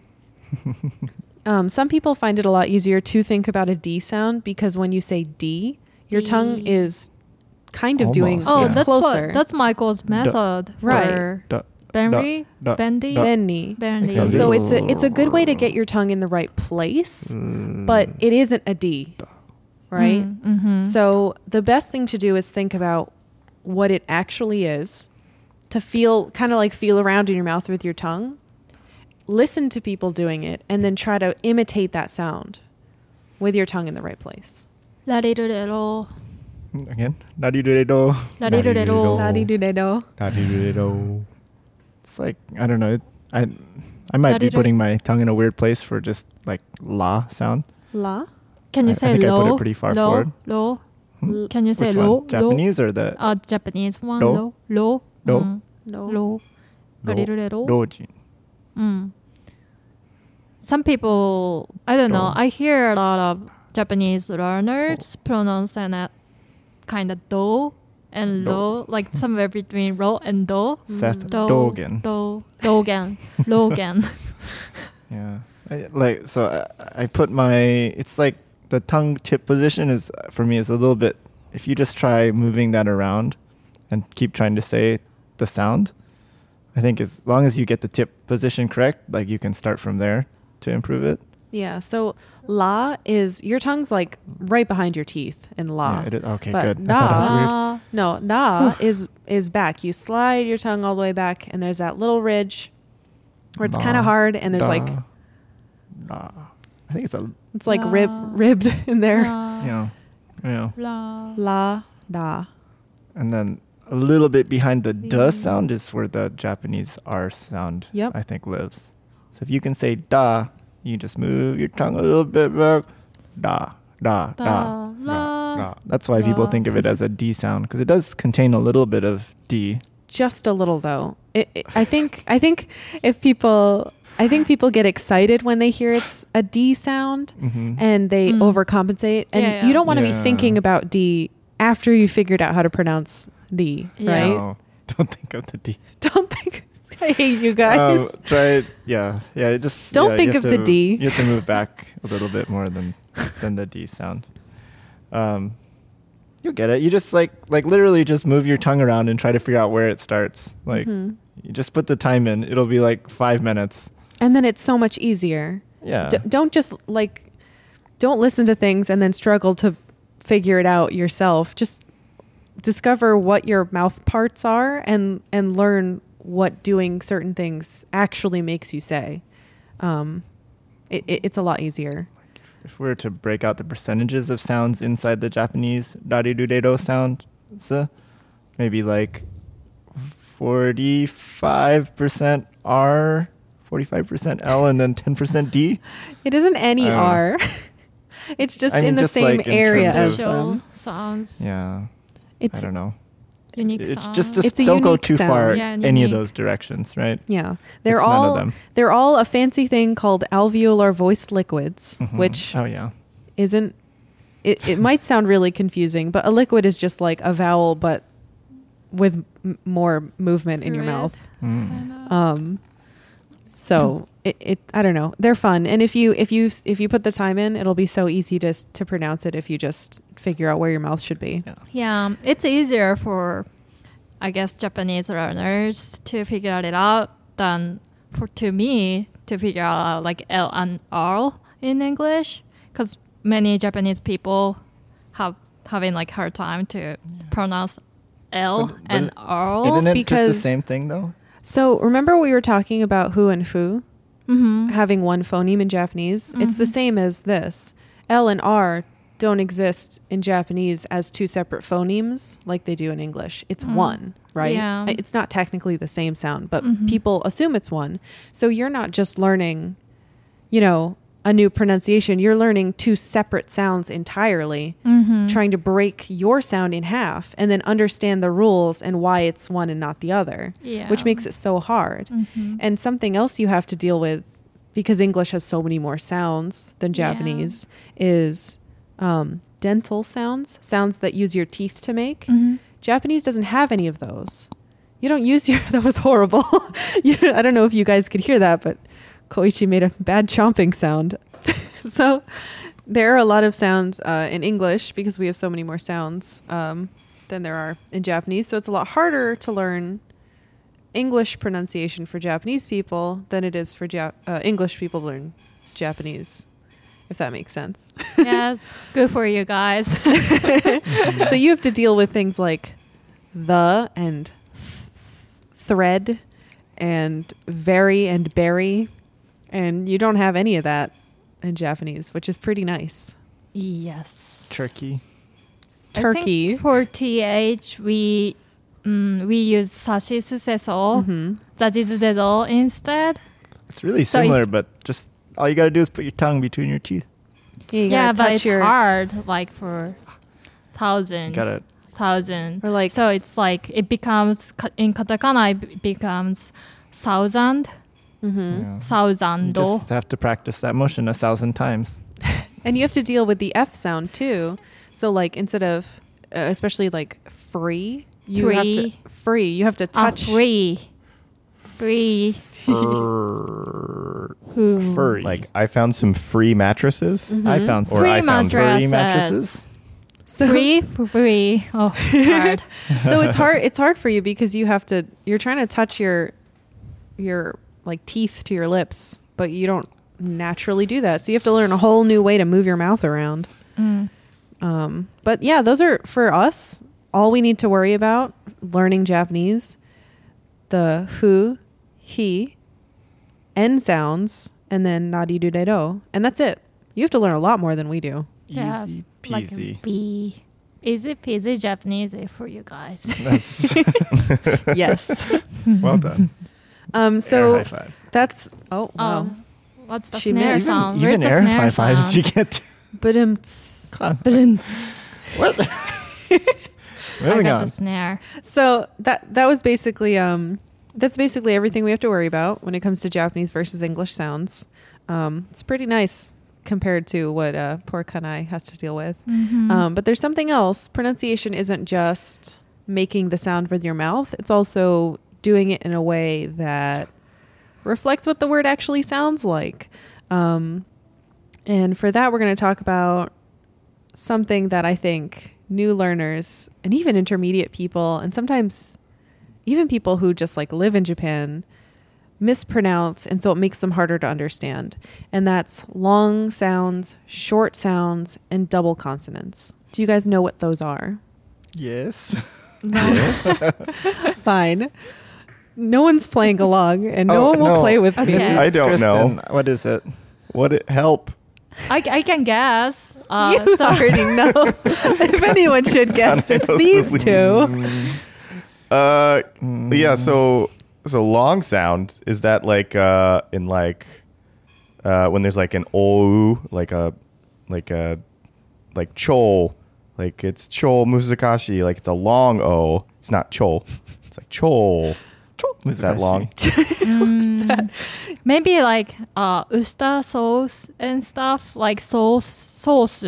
A: Um, some people find it a lot easier to think about a D sound because when you say D, your
C: D.
A: tongue is kind of doing
B: Almost,
C: Oh,
B: Yeah.
A: it's
C: that's
A: closer.
C: what, that's Michael's method.
A: Right.
C: for
B: Da-
C: Benry?
B: da-
C: Bendy?
B: da-
A: Benny.
C: Bendy.
D: Exactly.
A: So it's a it's a good way to get your tongue in the right place, but
B: Mm.
A: it isn't a D, right?
C: Mm-hmm.
A: So the best thing to do is think about what it actually is, to feel kind of like feel around in your mouth with your tongue, listen to people doing it, and then try to imitate that sound with your tongue in the right place.
C: La li ru le lo.
B: Mm, Again. Da-di-do-de-do.
C: La li ru le lo.
A: Da-di-do-de-do.
D: Da-di-do-de-do.
B: It's like, I don't know. It, I, I might be
C: Da-di-do.
B: putting my tongue in a weird place for just like la sound.
A: La.
C: Can
B: I- I
C: you say
B: think I put it
C: low?
B: pretty far
C: low,
B: forward.
C: Low.
B: Hmm?
C: Can you say
B: Which
C: low?
B: one? Japanese or the
C: Low? Uh, Japanese one.
B: Do.
C: Low. Low.
B: Do.
C: Mm.
A: No.
C: Low. La li ru le lo.
B: dojin?
C: Mm. Some people, I don't know.
B: Do.
C: I hear a lot of Japanese learners
B: Oh.
C: pronounce and that kind of do and
B: Do.
C: lo, like somewhere between ro and do.
B: Seth
C: Do,
B: Dogen.
C: Do, Dogen. Logan.
B: Yeah. I, like so I, I put my it's like the tongue tip position is for me is a little bit if you just try moving that around and keep trying to say the sound I think as long as you get the tip position correct like you can start from there to improve it.
A: Yeah. So la is your tongue's like right behind your teeth in la.
B: Yeah, it is- okay,
A: But
B: good. I thought it was weird.
C: Ah,
A: No, na is is back. You slide your tongue all the way back, and there's that little ridge, where it's kind of hard and there's like
B: Nah. I think it's a.
A: it's like
C: La.
A: rib ribbed in there.
B: You know, you know.
C: La.
A: La da.
B: And then a little bit behind the
C: Yeah.
B: da sound is where the Japanese R sound,
A: Yep.
B: I think, lives. So if you can say da, you just move your tongue a little bit back. Da, da, da.
C: Da.
B: da,
C: La.
B: da. That's why people
C: da.
B: think of it as a D sound because it does contain a little bit of D.
A: Just a little though. It, it, I think I think if people I think people get excited when they hear it's a D sound
B: Mm-hmm.
A: and they
C: Mm.
A: overcompensate and
C: Yeah, yeah.
A: you don't want to be
B: Yeah.
A: thinking about D after you figured out how to pronounce D,
C: Yeah.
A: right?
B: No, don't think of the D.
A: Don't think I hate you guys.
B: Um, try it. Yeah, yeah. it Just
A: Don't
B: yeah, you
A: think
B: have
A: of the
B: to-
A: D.
B: You have to move back a little bit more than than the D sound. Um, you'll get it. You just like like literally just move your tongue around and try to figure out where it starts. Like
A: Mhm.
B: you just put the time in. It'll be like five minutes.
A: And then it's so much easier.
B: Yeah.
A: D- don't just like don't listen to things and then struggle to figure it out yourself. Just discover what your mouth parts are and and learn what doing certain things actually makes you say. Um, it, it, it's a lot easier.
B: if we were to break out the percentages of sounds inside the Japanese dari do do sound, so maybe like 45% R, 45% L, and then 10% D.
A: It isn't any
B: Uh,
A: R. it's just
B: I mean,
A: in the
B: just,
A: same
B: like, in
A: area
B: terms
A: of
B: of-
A: them.
C: Special sounds.
B: Yeah, I
A: It's
B: don't know.
C: Unique
B: It's
C: sounds.
B: just, just
A: It's a
B: don't go
A: unique
B: too
A: sound.
B: far
C: Yeah,
B: any of
C: unique.
B: those directions, right?
A: yeah. They're
B: It's none of
A: all
B: them.
A: they're all a fancy thing called alveolar voiced liquids,
B: Mhm.
A: which
B: oh yeah,
A: isn't it, it might sound really confusing but a liquid is just like a vowel but with m- more movement in your
C: Period.
A: mouth
B: Mm.
C: Kinda.
A: um so it, it i don't know they're fun and if you if you s- if you put the time in it'll be so easy to s- to pronounce it if you just figure out where your mouth should be
B: yeah.
C: Yeah, it's easier for, I guess, Japanese learners to figure it out than for to me to figure out uh, like L and R in English, because many Japanese people have having like hard time to pronounce L
B: But- but
C: and
B: it-
C: R.
B: Isn't it just
A: because-
B: the same thing though?
A: so remember we were talking about hu and fu
C: hmm
A: having one phoneme in Japanese, it's the
C: Mhm.
A: same as this. L and R don't exist in Japanese as two separate phonemes like they do in English. It's
C: Mm.
A: one, right?
C: Yeah.
A: It's not technically the same sound, but
C: Mhm.
A: people assume it's one. So you're not just learning, you know, a new pronunciation. You're learning two separate sounds entirely,
C: hmm
A: trying to break your sound in half and then understand the rules and why it's one and not the other,
C: yeah.
A: which makes it so hard
C: Mhm.
A: and something else you have to deal with because English has so many more sounds than
C: Yeah.
A: Japanese is um, dental sounds, sounds that use your teeth to make.
C: Mhm.
A: Japanese doesn't have any of those. You don't use your. That was horrible. you, I don't know if you guys could hear that, but Koichi made a bad chomping sound. so there are a lot of sounds uh, in English because we have so many more sounds um, than there are in Japanese. So it's a lot harder to learn English pronunciation for Japanese people than it is for ja- uh, English people to learn Japanese, if that makes sense.
C: yes, good for you guys.
A: so you have to deal with things like the and th- thread and very and berry, and you don't have any of that in Japanese, which is pretty nice.
C: yes.
B: Turkey.
C: I
A: Turkey.
C: think for th, we mm, we use sashi suseso,
A: Mhm.
C: zajizuzezo instead.
B: It's really
C: So if-
B: similar, but just all you got to do is put your tongue between your teeth.
A: You gotta
C: yeah, but
A: touch
C: it's
A: your-
C: hard, like for
B: You
C: thousand,
B: got to
C: thousand.
A: Or like-
C: so it's like it becomes ka- in katakana it b- becomes thousand,
A: Mhm.
B: yeah. You
C: thousando.
B: Uh-huh. just have to practice that motion a thousand times.
A: And you have to deal with the F sound too. So like instead of uh, especially like free, you have
C: Free.
A: to free. You have to
C: Ah,
A: touch
C: free, free.
B: Fur-
C: Ooh.
B: Furry.
D: Like I found some free mattresses.
A: Mm-hmm.
B: I found some
D: Or
C: Free
D: I found
B: furry
C: mattresses.
B: mattresses.
A: So,
C: free, free. Oh, hard.
A: so it's hard. It's hard for you because you have to. You're trying to touch your your like teeth to your lips, but you don't naturally do that. So you have to learn a whole new way to move your mouth around.
C: Mm.
A: Um, but yeah, those are for us. All we need to worry about learning Japanese, the who, he, N sounds and then nadi do de do, and that's it. You have to learn a lot more than we do.
C: Yes,
B: Easy
C: like
B: peasy.
C: B. Easy peasy Japanese for you guys.
B: That's
A: yes.
B: well done.
A: Um.
B: Air
A: So
B: high five.
A: that's oh wow.
C: Oh, what's the
A: She
C: snare
A: missed.
B: even
C: sound?
B: even
C: Where's the
B: air
C: snare
B: high fives
C: sound?
B: you get.
A: But um. tss.
C: Blintz.
B: What?
C: I
B: Moving
C: got
B: on.
C: the snare.
A: So that that was basically um that's basically everything we have to worry about when it comes to Japanese versus English sounds. Um, it's pretty nice compared to what uh, poor Kanai has to deal with.
C: Mhm.
A: Um, but there's something else. Pronunciation isn't just making the sound with your mouth, it's also doing it in a way that reflects what the word actually sounds like. Um, and for that, we're going to talk about something that I think new learners and even intermediate people, and sometimes even people who just like live in Japan, mispronounce, and so it makes them harder to understand. And that's long sounds, short sounds, and double consonants. Do you guys know what those are?
B: Yes.
A: Fine. No one's playing along, and Oh, no one
B: one
A: will play with
C: Okay.
A: me.
C: Yes.
D: I don't
B: Kristen,
D: know.
B: What is it?
D: What it, help?
C: I, I can guess. Uh,
A: you
C: so
A: already know. if anyone should guess, it's these two.
D: Mm, Uh, yeah. So so long sound is that like uh in like uh when there's like an ou like a like a like chol like it's chol muzakashi like it's a long o it's not chol it's like chol is that long
C: Mm. maybe like uh, usta sauce and stuff like sauce sauce.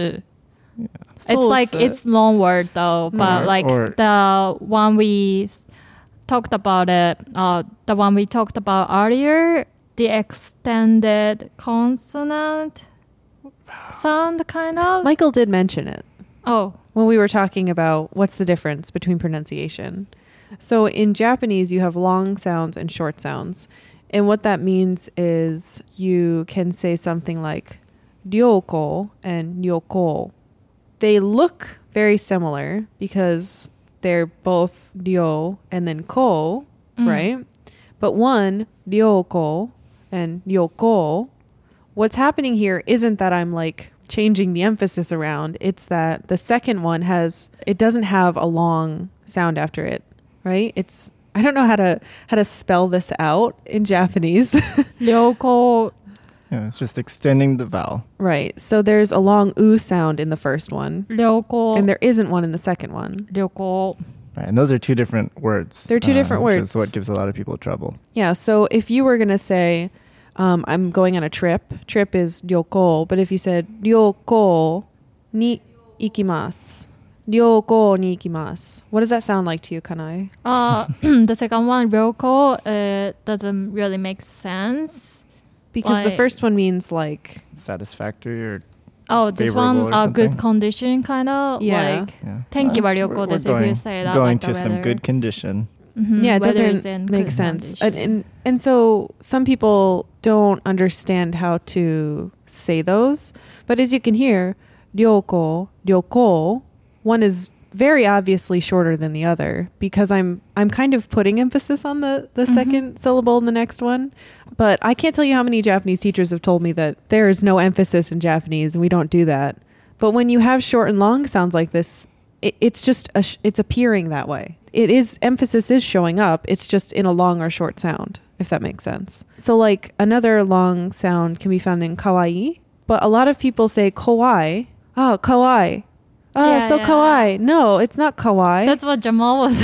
C: It's like it's long word though,
A: Mm.
C: but
B: Or-
C: like
B: or-
C: the one we s- talked about it, uh, the one we talked about earlier, the extended consonant sound kind of.
A: Michael did mention it.
C: oh,
A: when we were talking about what's the difference between pronunciation. So in Japanese, you have long sounds and short sounds. And what that means is you can say something like ryoko and ryoko. They look very similar because they're both ryo and then ko,
C: Mm.
A: right? But one, ryoko and ryoko, what's happening here isn't that I'm like changing the emphasis around. It's that the second one has it doesn't have a long sound after it, right? It's I don't know how to how to spell this out in Japanese.
C: ryoko.
B: Yeah, it's just extending the vowel.
A: right. So there's a long oo sound in the first one
C: Ryoko.
A: and there isn't one in the second one.
C: Ryoko.
B: Right, and those are two different words. uh,
A: They're two different
B: which
A: words.
B: Is what gives a lot of people trouble.
A: Yeah. So if you were going to say, um, I'm going on a trip, trip is ryoko, but if you said ryoko ni ikimasu, ryoko ni ikimasu, what does that sound like to you, Kanai?
C: Uh, the second one, ryoko, uh, doesn't really make sense.
A: Because the
C: Like-
A: first one means like,
B: Satisfactory or
C: Oh, this
B: Favorable
C: one,
B: or
C: uh, good
B: something?
C: condition, kind of
A: Yeah.
C: like.
B: yeah.
C: Thank you,
B: Uh,
C: Mario
B: we're-
C: Kodes,
B: we're
C: if you
B: going-
C: say that,
B: Going
C: like
B: to
C: the
B: some
C: weather.
B: good condition.
C: mhm,
A: yeah, it
C: weather is in
A: doesn't make
C: good
A: sense. And,
C: condition.
A: and and so some people don't understand how to say those. But as you can hear, ryoko, ryoko, one is very obviously shorter than the other because I'm I'm kind of putting emphasis on the the
C: Mhm.
A: second syllable in the next one. But I can't tell you how many Japanese teachers have told me that there is no emphasis in Japanese and we don't do that. But when you have short and long sounds like this, it, it's just a sh- it's appearing that way. It is emphasis is showing up. It's just in a long or short sound, if that makes sense. So like another long sound can be found in kawaii, but a lot of people say kawaii. Oh, kawaii. Oh,
C: Yeah,
A: so
C: yeah.
A: kawaii. No, it's not kawaii.
C: That's what Jamal was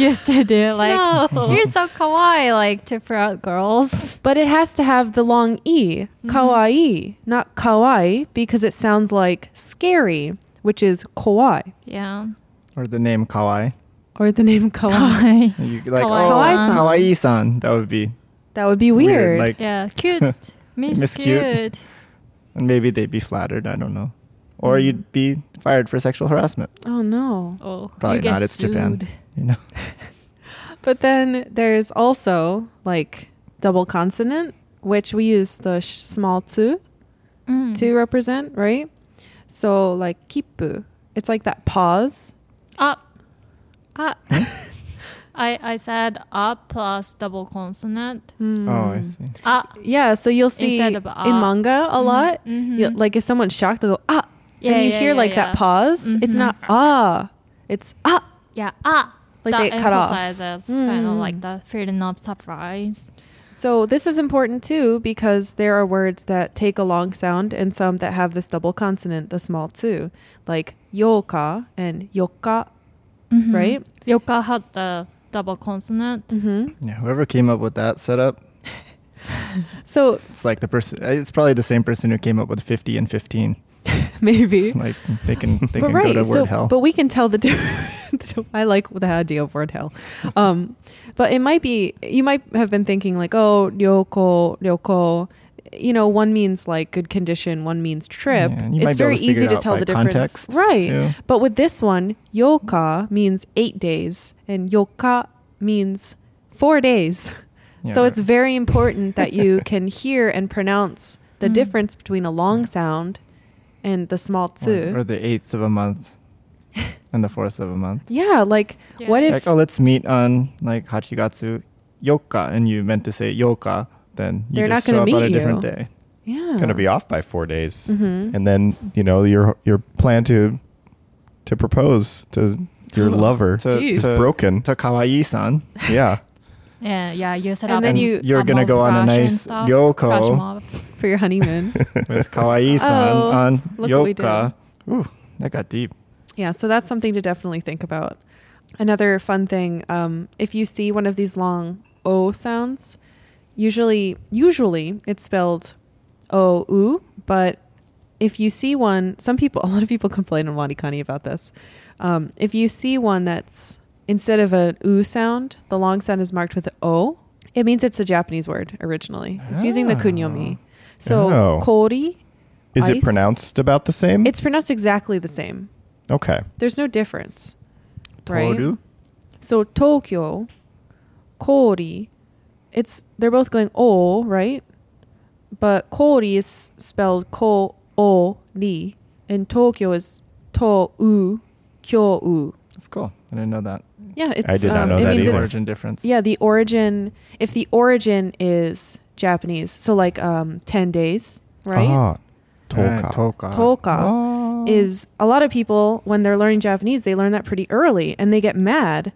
C: yesterday. Like,
A: no.
C: you're so kawaii, like to proud girls.
A: But it has to have the long E, kawaii, not kawaii, because it sounds like scary, which is kawaii,
C: Yeah.
B: Or the name Kawaii.
A: or the name kawaii.
C: Kawaii.
B: You could like
C: Kawaii-san.
B: oh Kawaii san. That would be
A: That would be weird.
B: Like
C: Yeah, cute. Miss,
B: Miss
C: cute.
B: cute. and maybe they'd be flattered, I don't know.
A: Hmm.
B: Or you'd be fired for sexual harassment.
A: oh no.
C: Oh,
B: Probably
C: you get
B: not, it's Japan.
C: sued.
B: You know?
A: But then there's also like double consonant, which we use the sh- small tsu
C: Mm.
A: to represent, right? So like kipu, it's like that pause.
C: Ah,
A: Ah.
C: I, I said a plus double consonant.
A: Hmm.
B: Oh, I see.
C: A.
A: Yeah, so you'll see
C: Instead
A: in
C: of, uh,
A: manga a lot.
C: mhm.
A: you- like if someone's shocked, they'll go ah,
C: Yeah,
A: and you
C: yeah,
A: hear
C: yeah,
A: like
C: yeah.
A: that pause. It's
C: Mhm.
A: not ah, it's ah.
C: Yeah, ah.
A: Like
C: that
A: they cut off.
C: emphasizes kind of like
A: Mm.
C: the feeling of surprise.
A: So this is important too because there are words that take a long sound and some that have this double consonant, the small two, like yoka and yoka,
C: Mhm.
A: right?
C: Yoka has the double consonant.
A: Mm-hmm.
B: Yeah, whoever came up with that setup,
A: So
B: it's like the person. uh, It's probably the same person who came up with fifty and fifteen.
A: maybe
B: Like they can, they
A: but
B: can
A: right,
B: go to
A: so,
B: word hell.
A: But we can tell the difference. I like the idea of word hell. Um, but it might be, you might have been thinking like, oh, ryoko, ryoko. You know, one means like good condition, one means trip.
B: Yeah, and you might
A: it's
B: be able to
A: very
B: figure
A: easy
B: it
A: to
B: out
A: tell
B: by
A: the difference.
B: context,
A: right.
B: too.
A: But with this one, yoka means eight days and yoka means four days. So
B: Yeah.
A: it's very important that you can hear and pronounce the
B: Hmm.
C: Mm.
A: difference between a long sound and the small tsu.
B: or, or the eighth of a month, and the fourth of a month.
A: Yeah, like
C: Yeah.
A: what if
B: like, oh, let's meet on like Hachigatsu Yoka, and you meant to say Yoka, then you
A: They're
B: just
A: not
B: show
A: gonna
B: up on a
A: meet
B: different
A: you.
B: day. Oh.
A: yeah.
D: Going to be off by four days,
B: Mm-hmm.
A: Mhm.
D: and then you know your your plan to to propose to your lover
B: To,
A: Jeez.
D: is
B: to,
D: broken.
B: to Kawaii-san.
D: yeah,
C: Yeah, yeah, you set
A: And
C: up
A: then
C: a-
A: you-
B: You're
C: a
B: gonna
C: mob
B: go on a
C: crush and
B: nice
C: stuff.
B: Yoko.
C: Crush mob.
A: for your honeymoon.
B: with Kawaii-san
A: Oh,
B: on
A: look what we
B: Yoka. Ooh, that got deep.
A: yeah, so that's something to definitely think about. Another fun thing, um, if you see one of these long o sounds, usually usually it's spelled o u, but if you see one, some people, a lot of people complain on Wanikani about this. Um, if you see one that's instead of an oo sound, the long sound is marked with an o, it means it's a Japanese word originally. It's using the
D: Oh.
A: kunyomi. So
D: Oh.
A: kori,
D: is it
A: Ice?
D: pronounced about the same?
A: it's pronounced exactly the same.
D: okay.
A: There's no difference. Right?
B: Toru?
A: So Tokyo, Kori, it's they're both going o, right? But Kori is spelled ko o ri and Tokyo is to u kyo u.
B: That's cool. I didn't know that.
A: Yeah, it's
D: I did not
A: um,
D: know
A: it
D: that
A: means
D: either.
A: it's-
B: origin difference.
A: Yeah, the origin if the origin is Japanese, so like um 10 days, right?
D: Ah,
B: All right,
D: Toka.
B: Toka. Oh.
A: Toka
D: Ah.
B: Mm.
A: is a lot of people when they're learning Japanese, they learn that pretty early and they get mad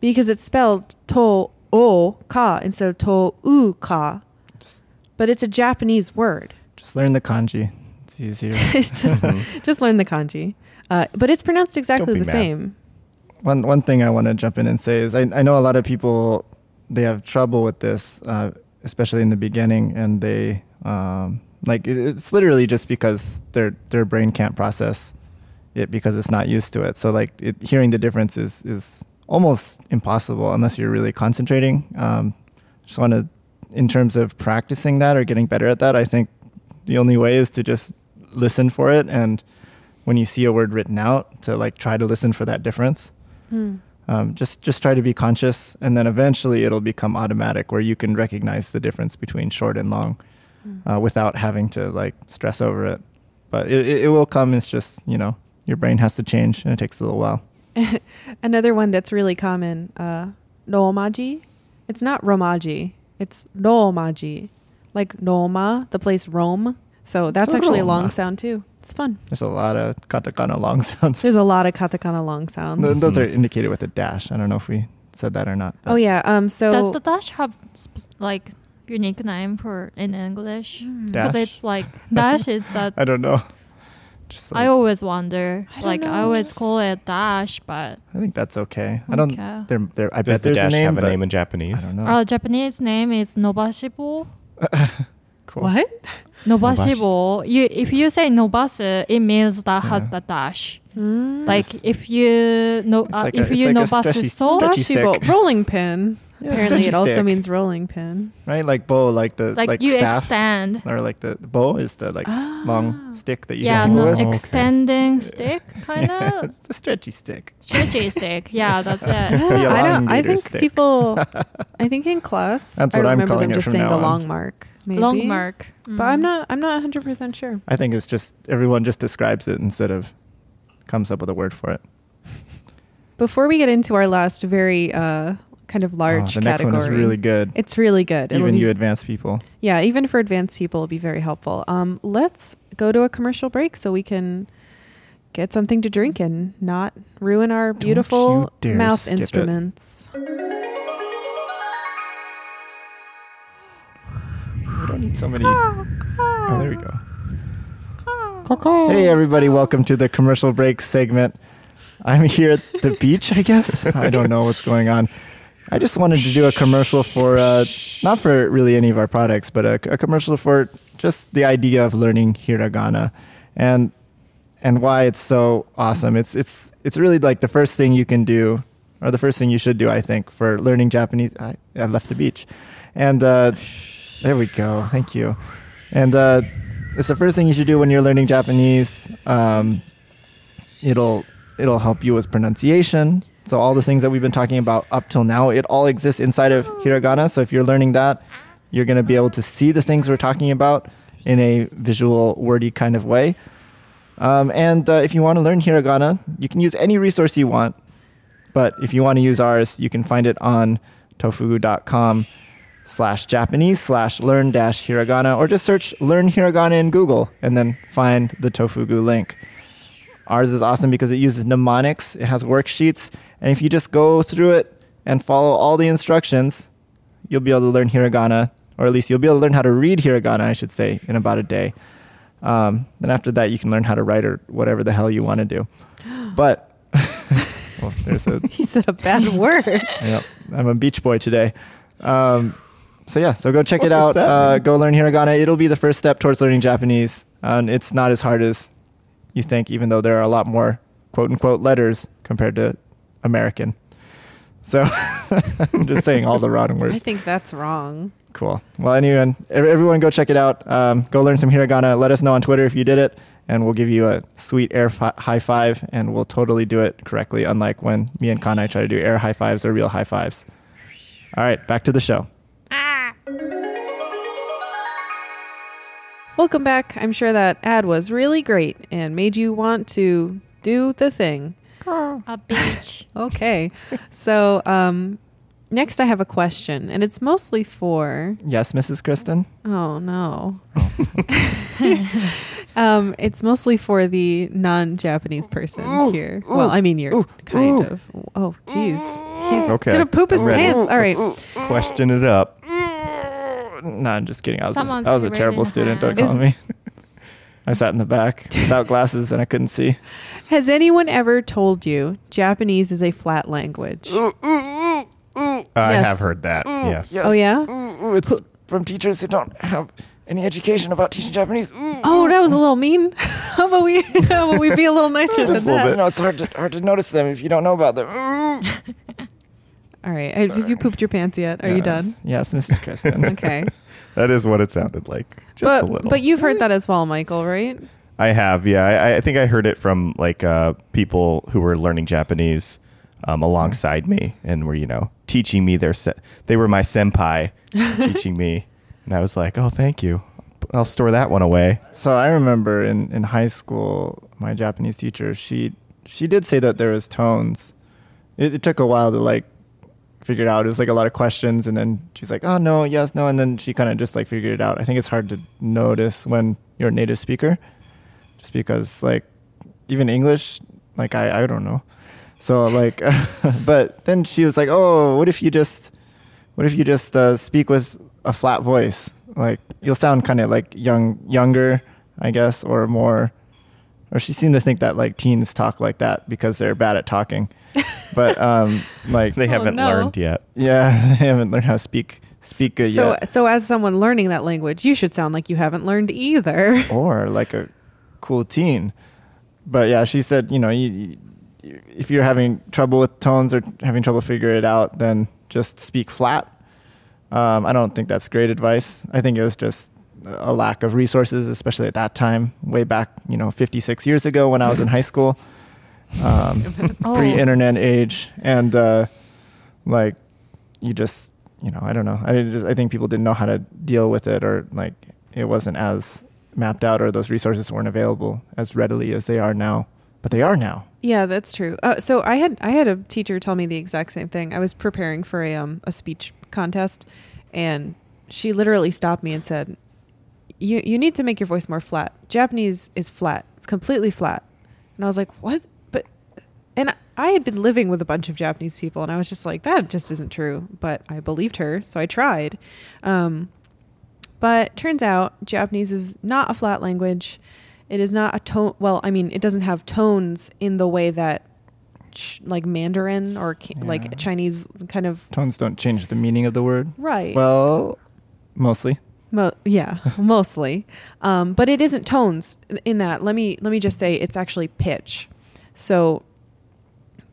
A: because it's spelled to o ka instead of to u ka.
B: Just,
A: But it's a Japanese word.
B: just learn the kanji. It's easier.
A: It's just
D: Mm-hmm.
A: just learn the kanji. Uh, but it's pronounced exactly
D: be
A: the
D: mad.
A: same.
B: One one thing I want to jump in and say is I, I know a lot of people they have trouble with this, uh, especially in the beginning, and they um, like it, it's literally just because their their brain can't process it because it's not used to it. So like it, hearing the difference is is almost impossible unless you're really concentrating. Um, just want to, in terms of practicing that or getting better at that, I think the only way is to just listen for it and when you see a word written out to like try to listen for that difference
A: Hmm.
B: um, just just try to be conscious and then eventually it'll become automatic where you can recognize the difference between short and long uh, without having to like stress over it but it, it, it will come it's just you know your brain has to change and it takes a little while
A: Another one that's really common, uh, romaji. It's not romaji. It's romaji, like Roma, the place Rome. So that's
D: Oh,
A: actually a long
B: Roma.
A: sound too. It's fun.
B: there's a lot of katakana long sounds
A: There's a lot of katakana long sounds.
B: Th- those are indicated with a dash i don't know if we said that or not but-
A: Oh yeah. Um. So
C: Does the dash have sp- like unique name for in English? Because
B: Dash?
C: it's like dash is that
B: i don't know just
C: I
B: like,
C: always wonder.
A: I don't
C: like I
A: know,
C: always
A: just-
C: call it dash, but
B: i think that's okay i don't
C: Okay.
B: there, there, i
D: Does
B: bet
D: the
B: there's
D: dash
B: a name,
D: have a
B: but
D: name in
B: i
D: Japanese?
B: don't know
C: our Japanese name is nobashibo.
B: cool
A: what?
C: Nobashibo. You if you say nobasu, it means that has
B: Yeah.
C: the dash.
A: Mm.
C: Like if you no
B: It's
C: uh,
B: like a-
C: if
B: it's
C: you
B: like a
C: nobasu
B: stretchy-
C: so
B: stretchy
A: Dashi bowl.
B: stick.
A: rolling pin.
B: Yeah,
A: Apparently,
B: stretchy
A: it also
B: stick.
A: means rolling pin.
B: right? Like bow, like the
C: like,
B: like,
C: you
B: staff,
C: extend.
B: or like the the bow is the like s
A: Ah.
B: long stick that you
C: Yeah,
B: hang
C: no,
B: with.
D: ex-
C: extending stick kind
B: Yeah,
C: of
B: it's the stretchy stick.
C: stretchy stick. Yeah, that's it.
B: The
A: I don't. I
B: elongator
A: think
B: stick.
A: people. I think in class,
B: That's
A: I
B: what I'm
A: remember
B: calling
A: them
B: it
A: just
B: from
A: saying
B: now
A: the
B: on.
A: long mark. Hmm. Maybe.
C: Long mark.
A: But I'm
C: Mm.
A: not. I'm not 100 percent sure.
B: I think it's just everyone just describes it instead of comes up with a word for it.
A: Before we get into our last very uh, kind of
B: Oh,
A: large
B: the next
A: category.
B: one is really good.
A: It's really good. It'll
B: Even
A: be-
B: you advanced people.
A: Yeah, even for advanced people, it'll be very helpful. Um, let's go to a commercial break so we can get something to drink and not ruin our beautiful
B: you dare
A: mouth
B: skip it.
A: instruments.
B: We don't need so many.
A: Mm.
B: Oh, there we go.
A: Oh.
B: Hey, everybody, welcome to the commercial break segment. I'm here at the beach, I guess. I don't know what's going on. I just wanted to do a commercial for, uh, not for really any of our products, but a, a commercial for just the idea of learning hiragana and and why it's so awesome. It's it's it's really like the first thing you can do, or the first thing you should do, I think, for learning Japanese. I, I left the beach, and uh, there we go. Thank you. And uh, it's the first thing you should do when you're learning Japanese. Um, it'll it'll help you with pronunciation. So all the things that we've been talking about up till now, it all exists inside of hiragana. So if you're learning that, you're going to be able to see the things we're talking about in a visual, wordy kind of way. Um, and uh, if you want to learn hiragana, you can use any resource you want. But if you want to use ours, you can find it on tofugu.com slash Japanese slash learn dash hiragana, or just search learn hiragana in Google and then find the tofugu link. Ours is awesome because it uses mnemonics, it has worksheets, and if you just go through it and follow all the instructions, you'll be able to learn hiragana, or at least you'll be able to learn how to read hiragana, I should say, in about a day. Um, then after that, you can learn how to write or whatever the hell you want to do. But well, there's a
A: he said a bad word.
B: yep. I'm a beach boy today. Um, so yeah, so go check
D: What
B: it
D: does
B: out.
D: that
B: Uh,
D: mean?
B: go learn hiragana. It'll be the first step towards learning Japanese, and it's not as hard as you think, even though there are a lot more quote unquote letters compared to American. So I'm just saying all the wrong
A: I
B: words.
A: think that's wrong.
B: Cool. Well, anyone, ev- everyone, go check it out. Um, go learn some hiragana. Let us know on Twitter if you did it, and we'll give you a sweet air fi- high five, and we'll totally do it correctly. Unlike when me and Kanai try to do air high fives or real high fives. All right, back to the show.
A: Welcome back. I'm sure that ad was really great and made you want to do the thing.
C: Mm. A beach.
A: Okay. so um, next, I have a question, and it's mostly for.
B: Yes, Mrs. Kristen.
A: Oh no. um, it's mostly for the non-Japanese person here. well, I mean, you're kind of. Oh, jeez. He's
D: Okay.
A: gonna poop his
D: I'm ready.
A: pants. All right.
D: Question it up.
B: No, I'm just kidding. I was,
C: Uh, Someone's
B: I was a
C: raising
B: terrible
C: their
B: student. Don't
A: hand.
B: call me. I sat in the back without glasses and I couldn't see.
A: Has anyone ever told you Japanese is a flat language?
D: I
A: Yes.
D: have heard that. Yes.
A: Oh yeah.
B: It's from teachers who don't have any education about teaching Japanese.
A: Oh, that was a little mean. how about we? How about we be a little nicer than
D: Just a little
A: that?
D: bit.
B: You know, it's hard to, hard to notice them if you don't know about them.
A: All right. Have you pooped your pants yet? Are you
B: Yes.
A: done?
B: Yes, Mrs. Kristen.
A: Okay.
D: That is what it sounded like. Just
A: but
D: a little.
A: but you've heard that as well, Michael, right?
D: I have, yeah. I, I think I heard it from like uh, people who were learning Japanese um, alongside me and were, you know, teaching me their. Se- they were my senpai teaching me, and I was like, "Oh, thank you. I'll store that one away."
B: So I remember in, in high school, my Japanese teacher she she did say that there was tones. It, it took a while to like figure it out. It was like a lot of questions, and then she's like, "Oh no, yes, no," and then she kind of just like figured it out. I think it's hard to notice when you're a native speaker, just because like even English, like I I don't know. So like, but then she was like, "Oh, what if you just, what if you just uh, speak with a flat voice? Like you'll sound kind of like young, younger, I guess, or more." Or she seemed to think that like teens talk like that because they're bad at talking, but um, like
D: They
A: Oh,
D: haven't
A: no.
D: learned yet.
B: yeah, I haven't learned how to speak speak good
A: so
B: yet,
A: so as someone learning that language, you should sound like you haven't learned either.
B: or like a cool teen. But yeah, she said, you know, you, you, if you're having trouble with tones or having trouble figuring it out, then just speak flat. Um, I don't think that's great advice. I think it was just a lack of resources, especially at that time, way back, you know, 56 years ago when I was in high school. Um,
C: Oh.
B: pre-internet age and uh, like you just you know i don't know i didn't just i think people didn't know how to deal with it or like it wasn't as mapped out or those resources weren't available as readily as they are now but they are now.
A: Yeah, that's true. Uh, so I had I had a teacher tell me the exact same thing. I was preparing for a um a speech contest, and she literally stopped me and said, "You you need to make your voice more flat. Japanese is flat. It's completely flat." And I was like, "What?" But and I had been living with a bunch of Japanese people, and I was just like, "That just isn't true." But I believed her, so I tried. Um, but turns out Japanese is not a flat language. It is not a tone. Well, I mean, it doesn't have tones in the way that ch- like Mandarin or ca-
B: Yeah.
A: like Chinese kind of.
B: Tones don't change the meaning of the word.
A: Right.
B: Well, mostly.
A: Mo- yeah, mostly. Um, but it isn't tones in that. Let me let me just say it's actually pitch. So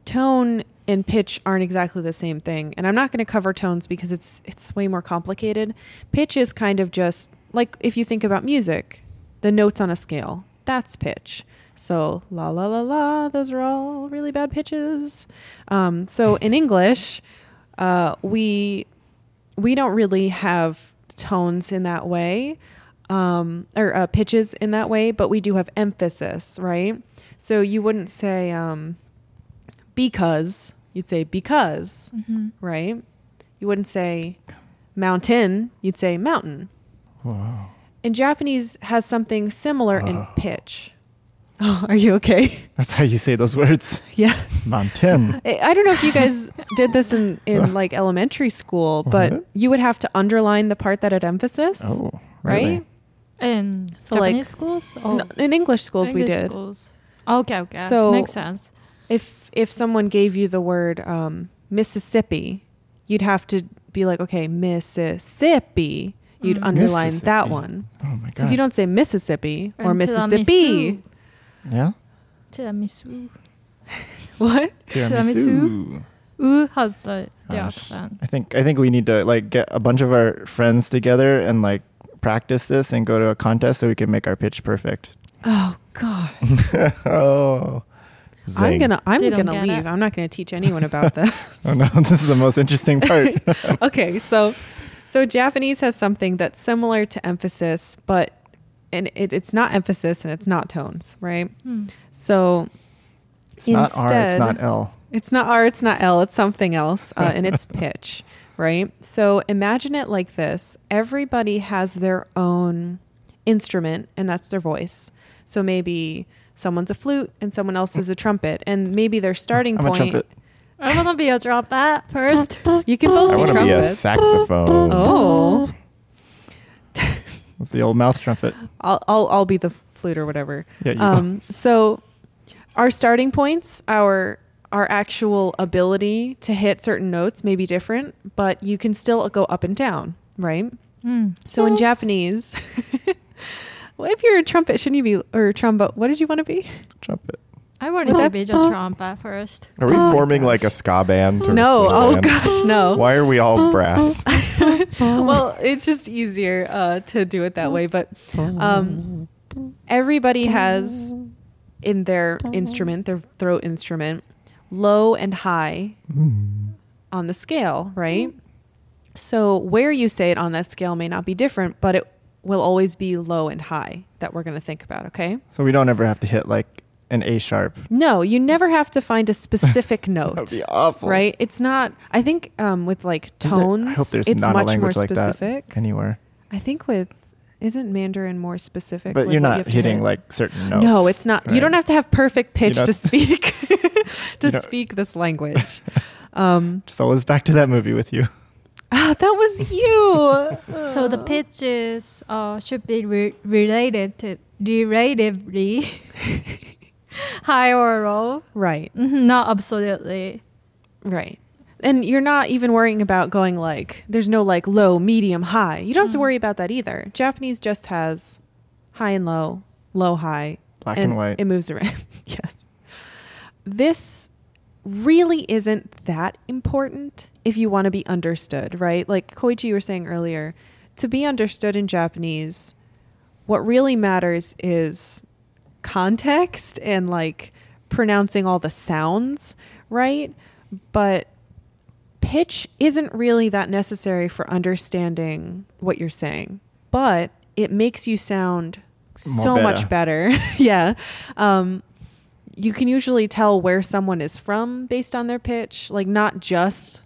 A: tone and pitch aren't exactly the same thing. And I'm not going to cover tones because it's it's way more complicated. Pitch is kind of just like if you think about music, the notes on a scale. That's pitch. So la la la la, those are all really bad pitches. Um, so in English, uh, we we don't really have tones in that way um, or uh, pitches in that way, but we do have emphasis, right? So you wouldn't say um, because, you'd say because,
C: Mm-hmm.
A: right? You wouldn't say mountain, you'd say mountain.
B: Whoa.
A: And Japanese has something similar
B: Uh-huh.
A: in pitch. Oh, are you okay?
B: That's how you say those words.
A: yeah.
B: Mountain.
A: I I don't know if you guys did this in, in like elementary school, but
B: What?
A: you would have to underline the part that had emphasis,
B: Oh,
A: right?
B: really?
C: In
A: So, like-
C: Japanese schools? Oh,
A: No, in English schools, we
C: English
A: did.
C: Schools. Okay, okay.
A: So-
C: Makes sense.
A: If if someone gave you the word um, Mississippi, you'd have to be like, okay, Mississippi. You'd
C: Mm.
A: underline that
B: Mississippi.
A: one
B: Oh my god.
A: because you don't say Mississippi or
C: And
A: Mississippi.
B: yeah.
C: Tiramisu.
A: What?
C: Tiramisu. U has the, the
B: Gosh.
C: accent.
B: I think I think we need to like get a bunch of our friends together and like practice this and go to a contest so we can make our pitch perfect.
A: Oh God!
B: oh.
A: I'm gonna I'm
C: They don't
A: gonna
C: get
A: leave.
C: it.
A: I'm not gonna teach anyone about this.
B: Oh no, this is the most interesting part.
A: okay, so so Japanese has something that's similar to emphasis, but and it, it's not emphasis and it's not tones, right?
C: Hmm.
A: So
B: It's not R, it's
A: Instead-
B: not L.
A: It's not R, it's not L, it's something else, uh, and it's pitch, right? So imagine it like this everybody has their own instrument, and that's their voice. So maybe someone's a flute and someone else is a trumpet, and maybe their starting
B: I'm a
A: point.
B: trumpet.
C: I want to be a dropette first.
A: You can both
D: I
A: be
D: want to be a
A: trumpets.
D: saxophone.
A: oh,
B: It's the old mouth trumpet.
A: I'll, I'll, I'll be the flute or whatever.
B: Yeah, you
A: um, so our starting points, our our actual ability to hit certain notes may be different, but you can still go up and down, right?
C: Hmm.
A: So in Japanese, well, if you're a trumpet, shouldn't you be or trombone? What did you want to be?
B: trumpet.
C: I wanted to be a trumpet first.
D: Are we
A: Oh my
D: forming
A: gosh.
D: like a ska band? Or
A: No,
D: something?
A: oh gosh, no.
D: Why are we all brass?
A: well, it's just easier uh, to do it that way. But um, everybody has in their instrument, their throat instrument, low and high
B: Mm.
A: on the scale, right? So where you say it on that scale may not be different, but it will always be low and high that we're going to think about, okay?
B: So we don't ever have to hit like an A sharp.
A: No, you never have to find a specific note.
B: That would be awful.
A: Right? It's not. I think um, with like
B: Is there-
A: tones,
B: I hope there's
A: it's
B: not
A: much
B: a language
A: more
B: like
A: specific.
B: that anywhere.
A: I think with isn't Mandarin more specific?
B: But
A: with
B: you're
A: what you
B: not
A: have to
B: hitting
A: hit?
B: like certain notes.
A: No, it's not. You
B: right?
A: don't have to have perfect pitch
B: don't-
A: to speak to
B: You don't-
A: speak this language. Um,
B: Just always back to that movie with you.
A: ah, that was you.
C: So the pitches uh, should be re- related to relatively high or low,
A: right,
C: Mhm, not absolutely.
A: right. And you're not even worrying about going like there's no like low, medium, high. You
B: Mm-hmm.
A: don't have to worry about that either. Japanese just has high and low, low high,
B: Black and white.
A: It moves around. yes. This really isn't that important if you want to be understood, right? Like Koichi, you were saying earlier, to be understood in Japanese, what really matters is context and like pronouncing all the sounds, right? But pitch isn't really that necessary for understanding what you're saying, but it makes you sound
B: More
A: so much better. yeah. Um, you can usually tell where someone is from based on their pitch, like not just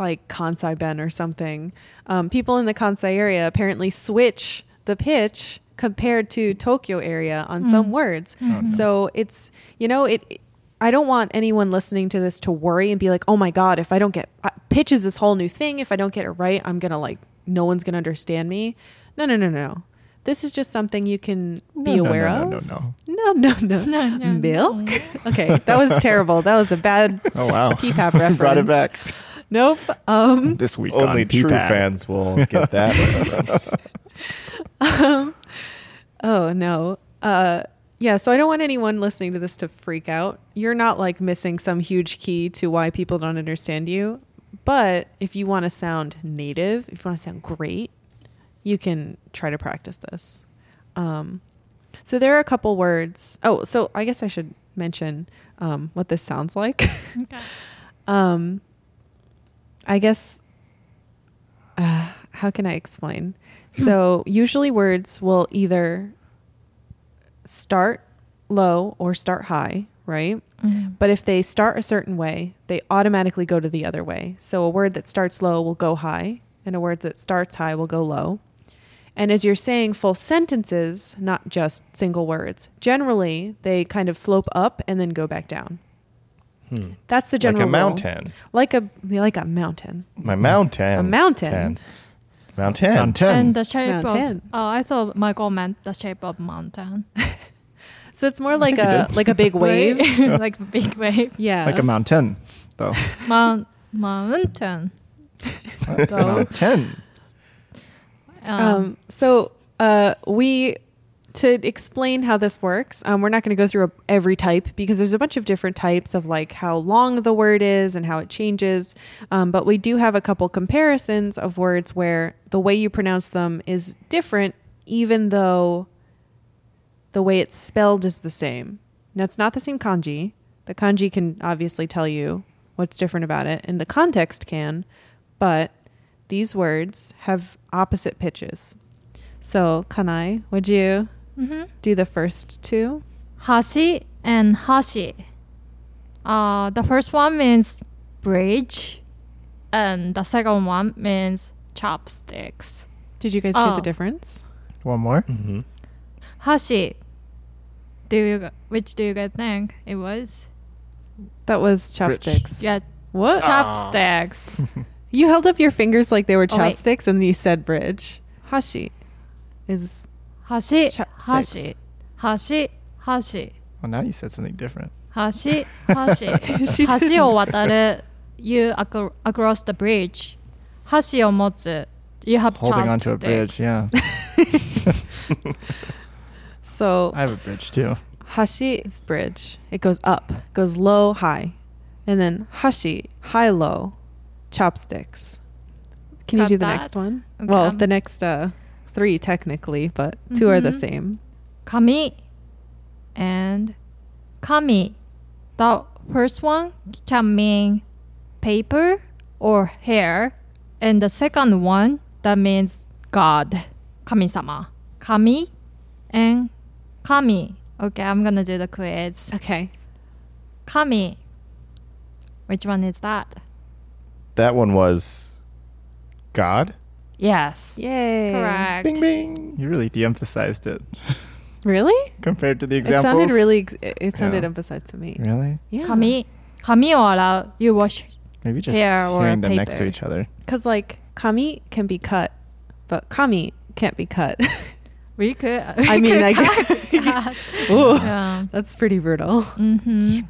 A: like Kansai Ben or something. Um, people in the Kansai area apparently switch the pitch compared to Tokyo area on
B: Hmm.
A: some
B: Oh,
A: words. So it's you know it. I don't want anyone listening to this to worry and be like, oh my god, if I don't get uh, pitch is this whole new thing. If I don't get it right, I'm gonna like no one's gonna understand me. No, no, no, no. This is just something you can be
B: No, no,
A: aware
B: no,
A: of.
B: No,
A: No,
B: no, no.
A: no, no.
C: No, no,
A: Milk? Okay, that was terrible. That was a bad
B: Oh wow.
A: PPAP reference.
B: Brought it back
A: Nope. Um,
B: this week.
D: Only
B: on
D: true
B: PPAP.
D: fans will get that reference.
A: oh, no. Uh, yeah, so I don't want anyone listening to this to freak out. You're not like missing some huge key to why people don't understand you. But if you want to sound native, if you want to sound great, you can try to practice this. Um, so there are a couple words. Oh, so I guess I should mention um, what this sounds like.
C: Okay.
A: um i guess uh, how can i explain
D: Hmm.
A: so usually words will either start low or start high right
C: Mm-hmm.
A: but if they start a certain way they automatically go to the other way so a word that starts low will go high and a word that starts high will go low and as you're saying full sentences not just single words generally they kind of slope up and then go back down
B: Hmm.
A: that's the
D: like
A: general
D: a
A: rule
D: mountain.
A: like a like a mountain.
D: My mountain.
A: A mountain.
D: Ten. Mountain.
B: On ten.
C: And the shape
A: Mountain.
C: of oh, I thought Michael meant the shape of mountain.
A: So it's more like a like a big wave.
C: like a big wave.
A: Yeah.
B: like a mountain, though.
C: Mount mountain. So,
B: mountain.
C: um,
A: um so uh we to explain how this works, um, we're not going to go through a, every type because there's a bunch of different types of like how long the word is and how it changes. Um, but we do have a couple comparisons of words where the way you pronounce them is different, even though the way it's spelled is the same. Now, it's not the same kanji. The kanji can obviously tell you what's different about it, and the context can, but these words have opposite pitches. So, kanai, would you
C: mhm.
A: do the first two?
C: Hashi and Hashi. Uh, the first one means bridge, and the second one means chopsticks.
A: Did you guys hear
C: Oh.
A: the difference?
B: One more.
D: Mm-hmm.
C: Hashi. Do you g- which do you guys think it was?
A: That was chopsticks.
C: Yeah,
A: What?
C: chopsticks.
A: You held up your fingers like they were
C: Oh, wait.
A: chopsticks and you said bridge. Hashi is.
C: Hashi,
A: Chopsticks.
C: Hashi, Hashi, Hashi,
B: Well, now you said something different.
C: Hashi, Hashi,
A: She didn't-
C: Hashi を渡る you acro- across the bridge. 橋を持つ you have
B: Holding onto a
C: chopsticks.
B: bridge. Yeah,
A: So,
B: I have a bridge too.
A: hashi is bridge. It goes up, goes low, high. And then hashi, high, low, chopsticks. Can
C: Got
A: you do the
C: that?
A: next one?
C: Okay.
A: Well, the next uh, three, technically, but 2 are the
C: Mhm.
A: same.
C: Kami and kami. The first one can mean paper or hair, and the second one that means God, kami-sama. Kami and kami. Okay, I'm gonna do the quiz.
A: Okay.
C: Kami. Which one is that?
D: That one was God.
C: Yes.
A: Yay.
C: Correct.
D: Bing bing.
B: You really de-emphasized it
A: Really?
B: compared to the
A: It
B: examples.
A: sounded really, ex- it it sounded
B: Yeah.
A: emphasized to me.
B: Really?
A: Yeah.
C: Kami. Kami or allow you wash.
B: Maybe just
C: Hair or
B: hearing them next to
C: paper.
B: each other.
A: Because, like, kami can be cut, but kami can't be cut.
C: We could.
A: I mean, I
C: guess.
A: Ooh,
C: yeah.
A: that's pretty brutal.
C: Mm-hmm.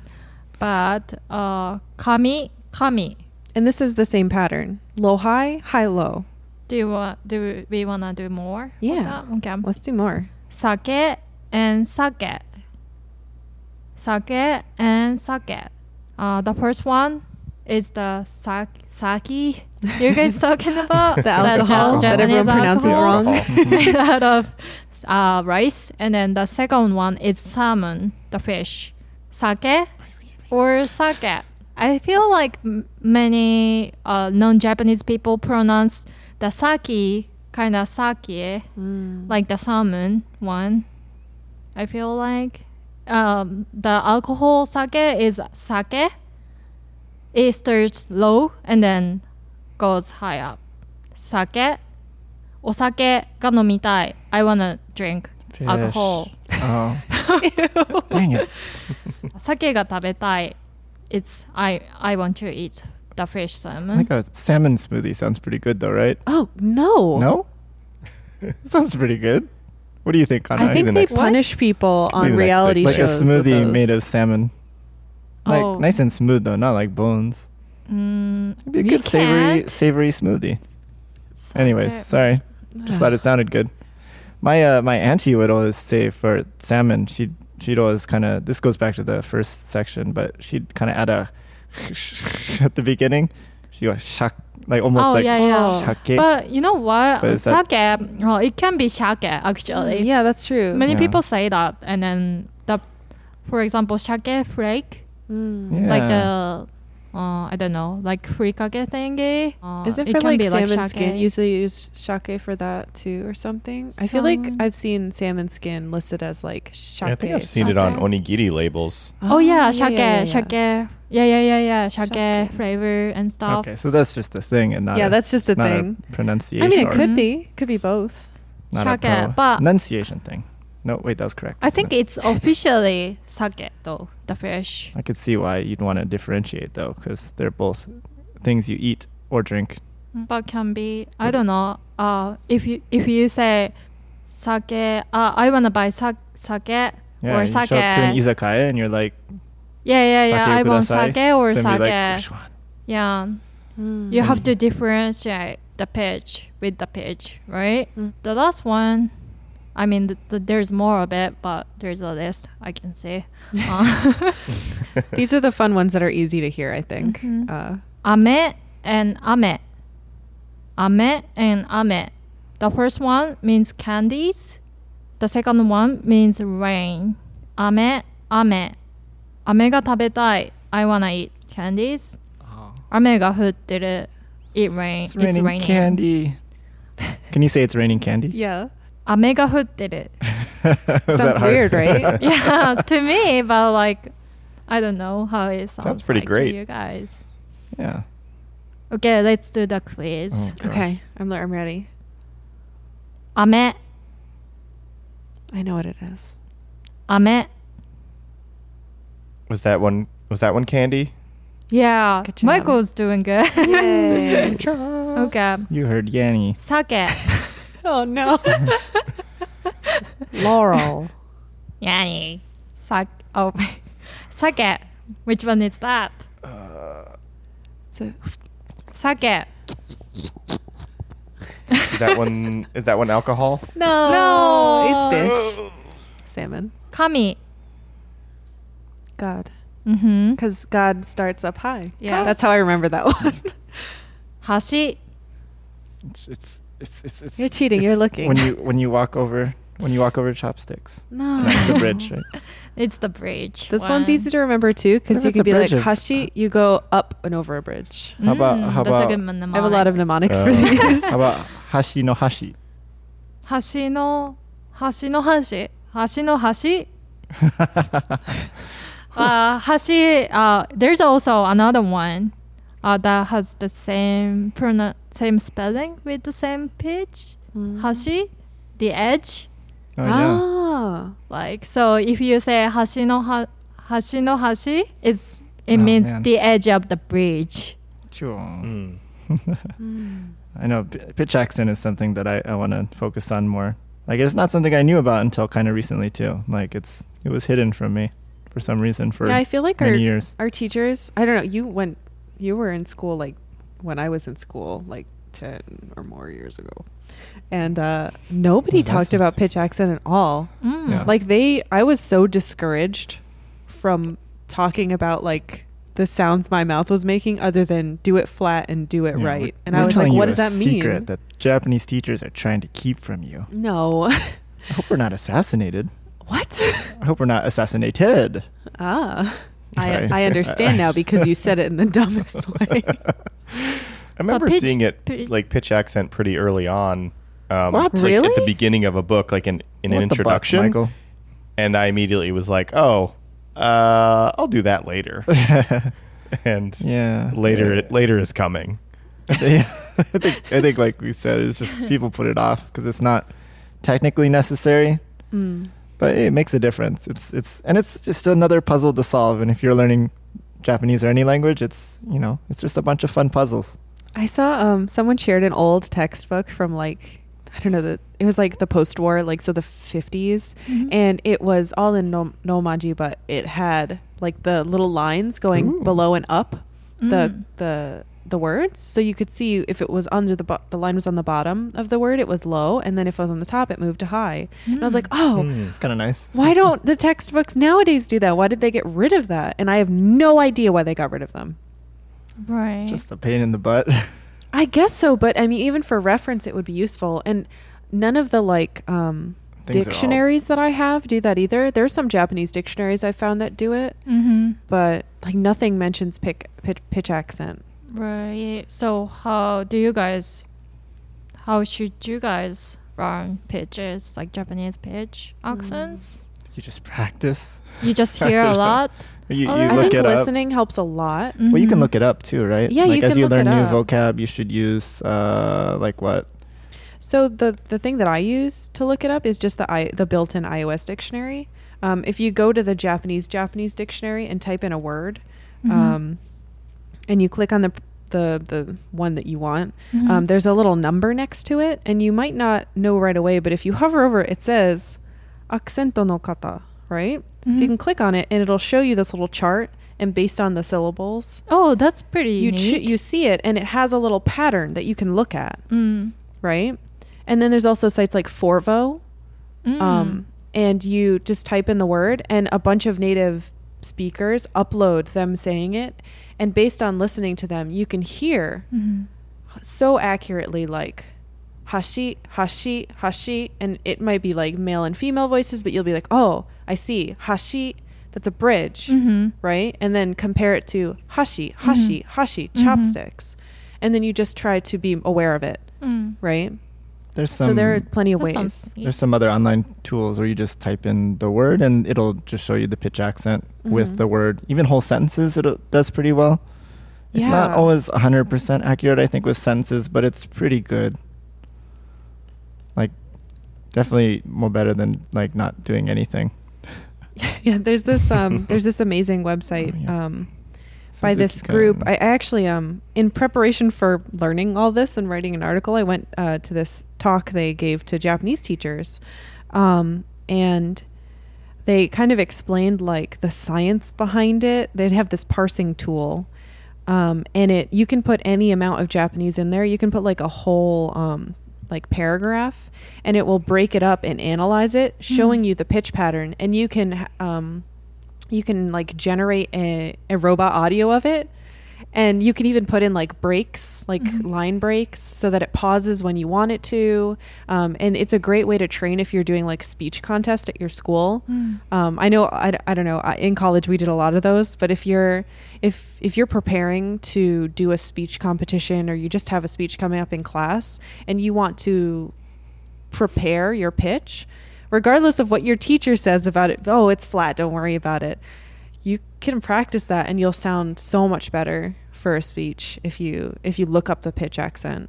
C: But uh, kami, kami.
A: And this is the same pattern low, high, high, low.
C: Do you want? Do we wanna do more? with
A: Yeah.
C: that? Okay.
A: Let's do more.
C: Sake and sake. Sake and sake. Uh, the first one is the sa- sake. You guys talking about
A: The alcohol
C: Ja-
A: that
C: Japanese
A: everyone pronounces
C: alcohol?
A: wrong.
D: Alcohol.
C: out of uh, rice, and then the second one is salmon, the fish, sake or sake. I feel like m- many uh, non-Japanese people pronounce the sake kind of sake,
A: Mm.
C: like the salmon one. I feel like um, the alcohol sake is sake. It starts low and then goes high up. Sake, osake ga nomitai. I wanna drink
B: Fish.
C: alcohol.
B: Oh, dang it.
C: Sake ga tabetai. It's I I want to eat the fresh
A: Hmm?
C: salmon.
B: Like a salmon smoothie sounds pretty good, though, right?
A: Oh no!
B: No? sounds pretty good. What do you think, Kana?
A: I think
D: the
A: they
D: next-
A: punish people
D: Be
A: on
D: the next
A: reality
D: big
B: like a
A: shows. with
B: smoothie
A: those.
B: made of salmon. Like
C: Oh.
B: nice and smooth though, not like bones.
C: Mm,
B: It'd be a
C: we
B: good savory
C: can't.
B: savory smoothie.
C: Sake.
B: Anyways, sorry. Just thought it sounded good. My uh, my auntie would always say for salmon, she she'd always kind of this goes back to the first section, but she'd kind of add a at the beginning. She goes shak like almost
C: Oh,
B: like
C: yeah,
A: yeah.
B: shake.
C: But you know what?
B: But is that-
C: Sake, well, it can be sake actually.
A: yeah, that's true.
C: Many
B: Yeah.
C: people say that, and then the, for example, sake flake,
A: Mm.
B: Yeah.
C: like the, uh, I don't know, like furikake thingy. Uh,
A: Is it for
C: can
A: like
C: be
A: salmon
C: sake.
A: skin? Usually you use sake for that too, or something. I feel like
C: Salmon.
A: I've seen salmon skin listed as like sake.
D: Yeah, I think I've seen it on
C: sake.
D: onigiri labels.
C: Oh, yeah, sake,
A: Ah, yeah, yeah.
C: sake, yeah, yeah, yeah, yeah, sake,
A: Sake.
C: flavor and stuff.
B: okay, so that's just a thing and not
A: Yeah,
B: a,
A: that's just a
B: not
A: thing.
B: A pronunciation.
A: I mean, it
B: or
A: could
C: Mhm.
A: be, could be both.
B: not
C: Shake,
B: a pro-
C: but-
B: pronunciation thing. No, wait, that was correct.
C: I
B: wasn't
C: think
B: it?
C: it's officially sake though, the fish.
B: I could see why you'd want to differentiate though, because they're both things you eat or drink.
C: Mm. but can be I
B: What-
C: don't know. Uh, if you if you say sake, uh, I wanna buy sa- sake
B: Yeah,
C: or
B: you show
C: sake.
B: up to an izakaya and you're like,
C: yeah, yeah, yeah.
B: "Sake
C: I want
B: kudasai,"
C: sake or
B: then be
C: sake.
B: like, "Which one?"
C: yeah,
A: Mm.
C: you have to differentiate the pitch with the pitch, right?
A: Mm.
C: The last one, I mean, th- th- there's more of it, but there's a list I can see. Uh,
A: These are the fun ones that are easy to hear. I think.
B: Mm-hmm.
C: Mhm.
A: Uh,
C: ame and ame. Ame and ame. The first one means candies. The second one means rain. Ame, ame. Ame ga tabetai. I wanna eat candies. Ame ga futteru. It rain.
B: It's raining, candy. Can you say it's raining candy?
A: yeah.
C: Ame ga futteru.
B: Was that
A: Sounds
B: hard?
A: weird, right?
C: yeah, to me, but like, I don't know how it sounds.
D: Sounds pretty
C: like
D: great.
C: to you guys.
B: yeah.
C: Okay, let's do the quiz.
D: Oh, gosh.
A: Okay, I'm I'm ready.
C: Ame,
A: I know what it is.
C: ame.
D: Was that one? Was that one candy?
C: Yeah,
A: Good job.
C: Michael's doing good.
A: Yay.
C: okay,
B: You heard Yanni.
C: sake.
A: oh no. Laurel.
C: Yani. Sake. Oh, sake. Which one is that?
A: It's a-
C: Sake.
D: Is that one? is that one alcohol?
A: no.
C: No.
A: It's fish. Salmon.
C: Kami.
A: God.
C: Mm-hmm.
A: Because God starts up high.
C: Yes.
A: That's how I remember that one.
C: Hashi.
B: It's it's it's it's. it's
A: You're cheating,
B: it's
A: you're looking.
B: When you when you walk over when you walk over chopsticks.
A: no.
B: That's the bridge, right?
C: It's the bridge.
A: This one's easy to remember too,
B: What
A: because
B: if
A: you
B: it's a
A: could be like
B: bridge of-
A: hashi. You go up and over a bridge.
B: How about- how
C: Mm, that's
B: about-
C: a good mnemonic.
A: I have a lot of mnemonics for
D: Uh,
A: these.
B: How about hashi no hashi?
C: Hashi no. Hashi no hashi. Hashi no hashi. uh, hashi. Uh, there's also another one uh, that has the same pronoun, same spelling with the same pitch.
A: Mm.
C: Hashi, the edge.
B: Oh
A: Mm-hmm.
B: yeah.
A: ah,
C: Like so, if you say hashi no ha- hashi no hashi, it's it
B: Oh,
C: means
B: man.
C: the edge of the bridge.
B: Choo.
D: Mm.
B: I know p- pitch accent is something that I, I want to focus on more. Like it's not something I knew about until kind of recently too. Like it's it was hidden from me for some reason for
A: yeah. I feel like our
B: many years.
A: our teachers. I don't know. You went. You were in school like when I was in school, like ten or more years ago, and uh, nobody
B: What does that
A: talked
B: sound
A: about
B: like?
A: pitch accent at all.
C: Mm.
B: Yeah.
A: Like they, I was so discouraged from talking about like the sounds my mouth was making, other than do it flat and do it
B: Yeah,
A: right.
B: we're-
A: And
B: we're
A: I was like,
B: telling you
A: what does
B: a
A: that mean? Mm.
B: Secret that Japanese teachers are trying to keep from you.
A: no,
B: I hope we're not assassinated.
A: what?
B: I hope we're not assassinated.
A: Ah, I,
B: Sorry.
A: I understand now because you said it in the dumbest way.
D: I remember
C: pitch-
D: seeing it
C: pitch-
D: like pitch accent pretty early on. Um, Like,
B: What?
D: At
A: Really?
D: the beginning of a book, like in, in
B: What
D: an
B: the buck,
D: introduction.
B: Michael.
D: and I immediately was like, "Oh, uh, I'll do that later." and
B: Yeah.
D: later, later is coming.
B: Yeah. I think I think like we said, it's just people put it off because it's not technically necessary,
A: Mm.
B: but it makes a difference. It's it's and it's just another puzzle to solve. And if you're learning Japanese or any language, it's you know it's just a bunch of fun puzzles.
A: I saw um, someone shared an old textbook from like I don't know the it was like the post war like so the 50s
C: Mhm.
A: and it was all in no, nomanji but it had like the little lines going
B: Ooh.
A: below and up the
C: Mm.
A: the the words so you could see if it was under the bo- the line was on the bottom of the word it was low and then if it was on the top it moved to high and I was like
C: Mm.
A: oh
B: Hmm. It's kind of nice.
A: why don't the textbooks nowadays do that why did they get rid of that and I have no idea why they got rid of them
C: right.
B: It's just a pain in the butt.
A: I guess so, but I mean, even for reference, it would be useful. And none of the like um,
B: Things are all-
A: dictionaries that I have do that either. There's some Japanese dictionaries I found that do it,
C: mm-hmm.
A: but like nothing mentions pick, pitch, pitch accent.
C: Right. So how do you guys? How should you guys learn pitches like Japanese pitch
A: Mm.
C: accents?
B: you just practice.
C: You just hear a lot.
B: You,
C: Oh,
B: you
C: that's
A: I
B: look
A: think
B: it up.
A: listening helps a lot.
B: Well, you can
C: Mhm.
B: look it up too, right?
A: Yeah,
B: like
A: you
B: as
A: can
B: you
A: look
B: learn
A: it
B: new
A: up.
B: vocab, you should use uh, like what?
A: So the the thing that I use to look it up is just the I, the built-in iOS dictionary. Um, if you go to the Japanese Japanese dictionary and type in a word,
C: Mhm.
A: um, and you click on the the the one that you want,
C: Mhm.
A: um, there's a little number next to it, and you might not know right away, but if you hover over it, it says "accento no kata," right? So you
C: Mhm.
A: can click on it, and it'll show you this little chart, and based on the syllables,
C: Oh, that's pretty.
A: you choo-
C: neat.
A: you see it, and it has a little pattern that you can look at
C: Mm.
A: right? And then there's also sites like Forvo,
C: Mm.
A: um, and you just type in the word, and a bunch of native speakers upload them saying it, and based on listening to them, you can hear
C: Mhm.
A: so accurately like hashi, hashi, hashi, and it might be like male and female voices, but you'll be like, oh, I see hashi. That's a bridge,
C: Mhm.
A: right? And then compare it to hashi, hashi, hashi,
C: Mhm.
A: chopsticks, and then you just try to be aware of it,
C: Mm.
A: right?
B: There's some.
A: so there are plenty of
C: That
A: ways.
C: sounds neat.
B: There's some other online tools where you just type in the word and it'll just show you the pitch accent
A: Mhm.
B: with the word. Even whole sentences, it does pretty well. It's not
A: Yeah.
B: always 100% accurate, I think, with sentences, but it's pretty good. Like, definitely more better than like not doing anything.
A: yeah, there's this um, there's this amazing website
B: Oh, yeah.
A: um, by this
B: Suzuki-kan.
A: group. I I actually um, in preparation for learning all this and writing an article, I went uh, to this talk they gave to Japanese teachers, um, and they kind of explained like the science behind it. They'd have this parsing tool. Um, and it you can put any amount of Japanese in there. You can put like a whole um, like paragraph, and it will break it up and analyze it, showing you the pitch pattern. And you can h- um, you can like generate a, a robot audio of it, and you can even put in like breaks, like line breaks, so that it pauses when you want it to. Um, and it's a great way to train if you're doing like speech contest at your school.
C: Mm.
A: Um, I know I, I don't know I, in college we did a lot of those but if you're if if you're preparing to do a speech competition or you just have a speech coming up in class and you want to prepare your pitch regardless of what your teacher says about it oh it's flat don't worry about it you can practice that and you'll sound so much better for a speech if you if you look up the pitch accent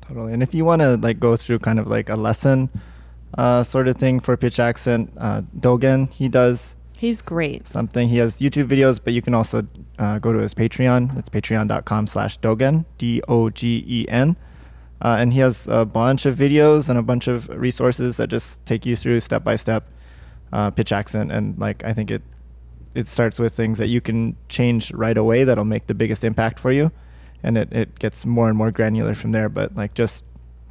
B: Totally. And if you want to like go through kind of like a lesson uh, sort of thing for pitch accent, uh, Dogen, he does
A: he's great
B: something. He has YouTube videos, but you can also uh, go to his Patreon. That's patreon.com slash Dogen, D O G E N. Uh, and he has a bunch of videos and a bunch of resources that just take you through step by step uh, pitch accent. And like, I think it it starts with things that you can change right away that'll make the biggest impact for you. And it, it gets more and more granular from there. But like, just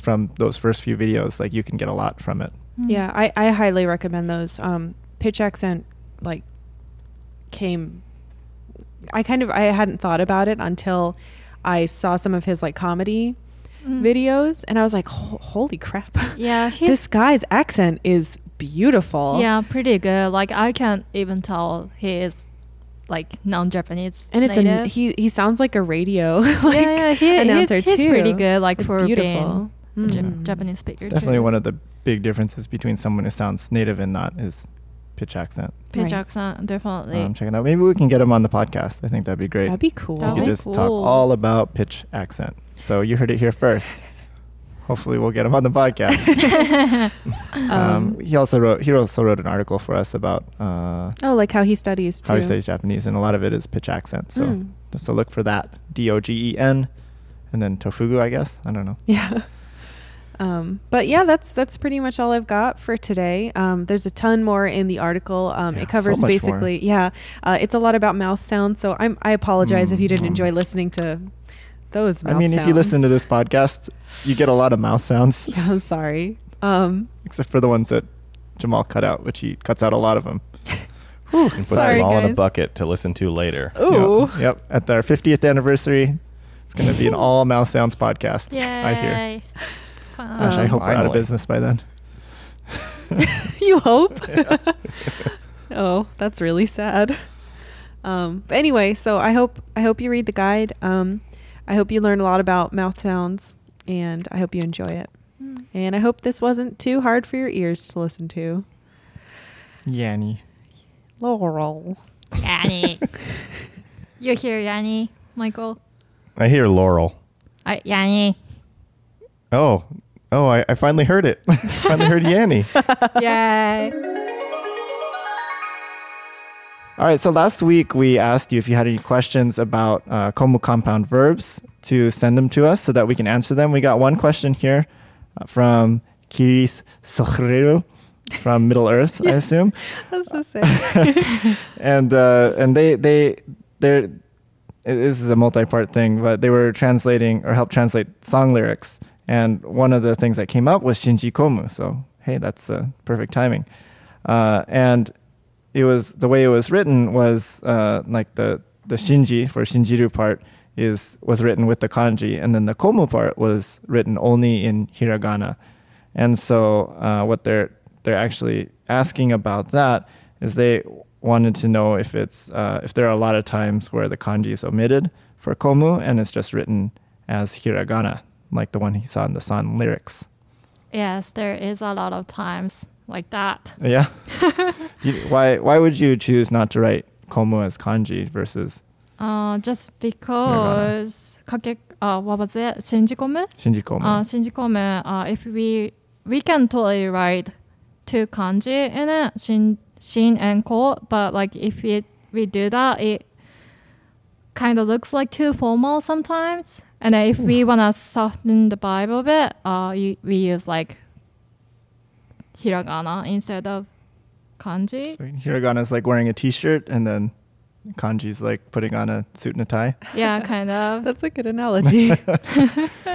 B: from those first few videos, like, you can get a lot from it.
C: Mm.
A: Yeah, I, I highly recommend those. Um, pitch accent like came. I kind of I hadn't thought about it until I saw some of his like comedy
C: Mm.
A: videos, and I was like, "Ho- "Holy crap!
C: Yeah, he's
A: this guy's accent is beautiful."
C: Yeah, pretty good. Like I can't even tell he is like non-Japanese.
A: and it's
C: native.
A: a he he sounds like a radio like
C: yeah, yeah, he,
A: announcer
C: he's, he's
A: too.
C: pretty good. Like
A: It's
C: for
A: beautiful.
C: being a Ja-
B: Mm.
C: Japanese speaker.
B: It's definitely
C: too.
B: one of the big differences between someone who sounds native and not is pitch accent.
C: pitch
A: Right.
C: accent definitely.
B: Um, check it out. Maybe we can get him on the podcast. I think that'd be great.
A: That'd be cool.
B: we
C: That'd
B: could
C: be
B: just talk
C: cool.
B: all about pitch accent. So you heard it here first. Hopefully, we'll get him on the podcast. um, he also wrote he also wrote an article for us about uh,
A: oh, like how he studies too.
B: how he studies Japanese, and a lot of it is pitch accent. So
A: Mm.
B: so look for that D O G E N, and then tofugu. I guess I don't know.
A: Yeah. Um, but yeah, that's that's pretty much all I've got for today. Um, there's a ton more in the article. Um,
B: Yeah,
A: it
B: so
A: covers
B: much
A: basically, yeah, uh, it's a lot about mouth sounds. So I'm I apologize if you didn't
D: Mm.
A: enjoy listening to those. Mouth
B: Mm-hmm. I mean, if you listen to this podcast, you get a lot of mouth sounds,
A: yeah, I'm sorry. Um,
B: except for the ones that Jamal cut out, which he cuts out a lot of them.
D: and put
A: sorry,
D: them all in a
A: guys.
D: bucket to listen to later.
A: Ooh,
B: Yep. yep. At our 50th anniversary, it's going to be an all mouth sounds podcast.
C: Yay.
B: I hear.
C: Fun.
B: Gosh, I
A: Um,
B: hope we're out of
D: Finally.
B: business by then.
A: you hope. oh, that's really sad. Um, but anyway, so I hope I hope you read the guide. Um, I hope you learn a lot about mouth sounds, and I hope you enjoy it.
C: Mm.
A: And I hope this wasn't too hard for your ears to listen to.
B: Yanny.
A: Laurel.
C: Yanni. you hear Yanni, Michael?
D: I hear Laurel.
C: I, Yanni.
D: Oh, oh, I, I finally heard it. finally heard Yanni.
C: Yay.
B: All right. So last week we asked you if you had any questions about uh, komu compound verbs to send them to us so that we can answer them. We got one question here uh, from Kirith Sochreru from Middle Earth, I assume.
A: That's so sad.
B: and uh, and they they they're it- this is a multi-part thing, but they were translating or helped translate song lyrics, and one of the things that came up was Shinji Komu. So hey, that's uh, perfect timing. Uh, and it was the way it was written was uh, like the the Shinji for Shinjiru part is was written with the kanji, and then the Komu part was written only in hiragana. And so uh, what they're they're actually asking about that is they wanted to know if it's uh, if there are a lot of times where the kanji is omitted for komu and it's just written as hiragana, like the one he saw in the san lyrics.
C: Yes, there is a lot of times like that.
B: Yeah. Do you- why why would you choose not to write komu as kanji versus
C: Uh, just because Kake, uh, what was it? Shinjikome?
B: shinji komu?
C: Uh, Shinjikome, uh, if we we can totally write two kanji in it, Shin, Shin and Ko, but like if it, we do that, it kind of looks like too formal sometimes. And then if we want to soften the vibe a bit, uh, you, we use like hiragana instead of kanji.
B: So hiragana is like wearing a t-shirt, and then kanji is like putting on a suit and a tie.
C: Yeah, kind of.
A: That's a good analogy.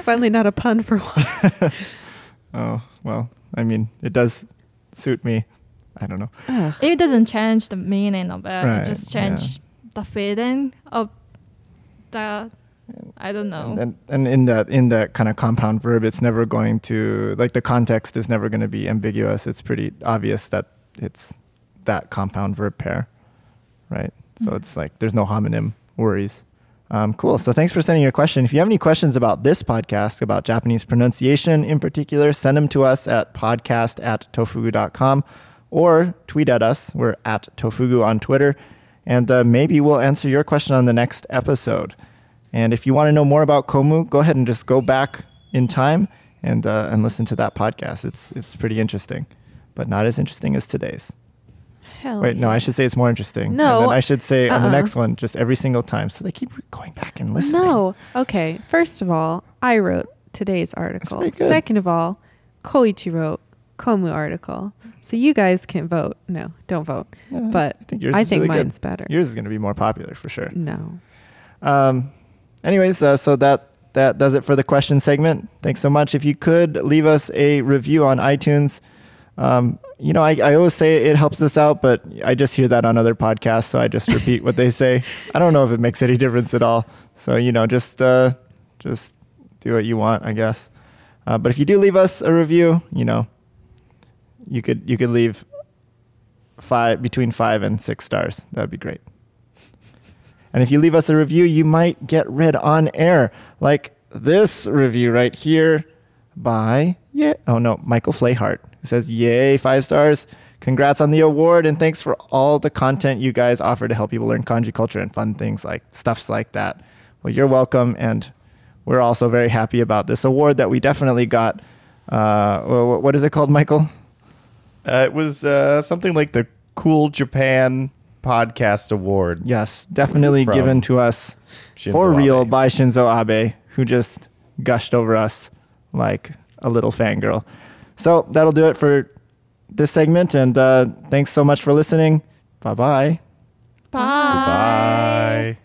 A: Finally, not a pun for once.
B: Oh well, I mean it does suit me. I don't know.
A: Ugh.
C: it doesn't change the meaning of it.
B: Right,
C: it just change the feeling of the. I don't know.
B: And, and and in that in that kind of compound verb, it's never going to like the context is never going to be ambiguous. It's pretty obvious that it's that compound verb pair, right? So
C: Mhm.
B: it's like there's no homonym worries. Um, cool. So thanks for sending your question. If you have any questions about this podcast, about Japanese pronunciation in particular, send them to us at podcast at tofugu.com or tweet at us. We're at tofugu on Twitter. And uh, maybe we'll answer your question on the next episode. And if you want to know more about Komu, go ahead and just go back in time and uh, and listen to that podcast. It's it's pretty interesting, but not as interesting as today's.
A: Hell
B: Wait, no,
A: Oh, yeah.
B: I should say it's more interesting.
A: No.
B: and then I should say on the
A: Uh-uh.
B: next one just every single time, so they keep going back and listening.
A: No. Okay. First of all, I wrote today's article.
B: pretty good.
A: Second of all, Koichi wrote Komu article. So you guys can vote. No, don't vote.
B: Yeah,
A: but
B: I think yours.
A: I
B: is
A: think
B: really good.
A: mine's better.
B: Yours is going to be more popular for sure.
A: no.
B: Um, anyways, uh, so that that does it for the question segment. Thanks so much. If you could leave us a review on iTunes, um, you know I, I always say it helps us out, but I just hear that on other podcasts, so I just repeat what they say. I don't know if it makes any difference at all. So you know, just uh, just do what you want, I guess. Uh, but if you do leave us a review, you know, you could you could leave five between five and six stars. That'd be great. And if you leave us a review, you might get read on air, like this review right here by yeah. Oh no, Michael Flayhart who says yay five stars. Congrats on the award and thanks for all the content you guys offer to help people learn kanji culture and fun things like stuffs like that. Well, you're welcome, and we're also very happy about this award that we definitely got. Uh, wh- wh- what is it called, Michael?
D: Uh, it was uh, something like the Cool Japan Podcast Award.
B: Yes, definitely
D: From
B: given to us
D: Shinzo
B: for real
D: Abe.
B: by Shinzo Abe, who just gushed over us like a little fangirl. So that'll do it for this segment, and uh, thanks so much for listening. Bye bye.
C: Bye.
D: Bye.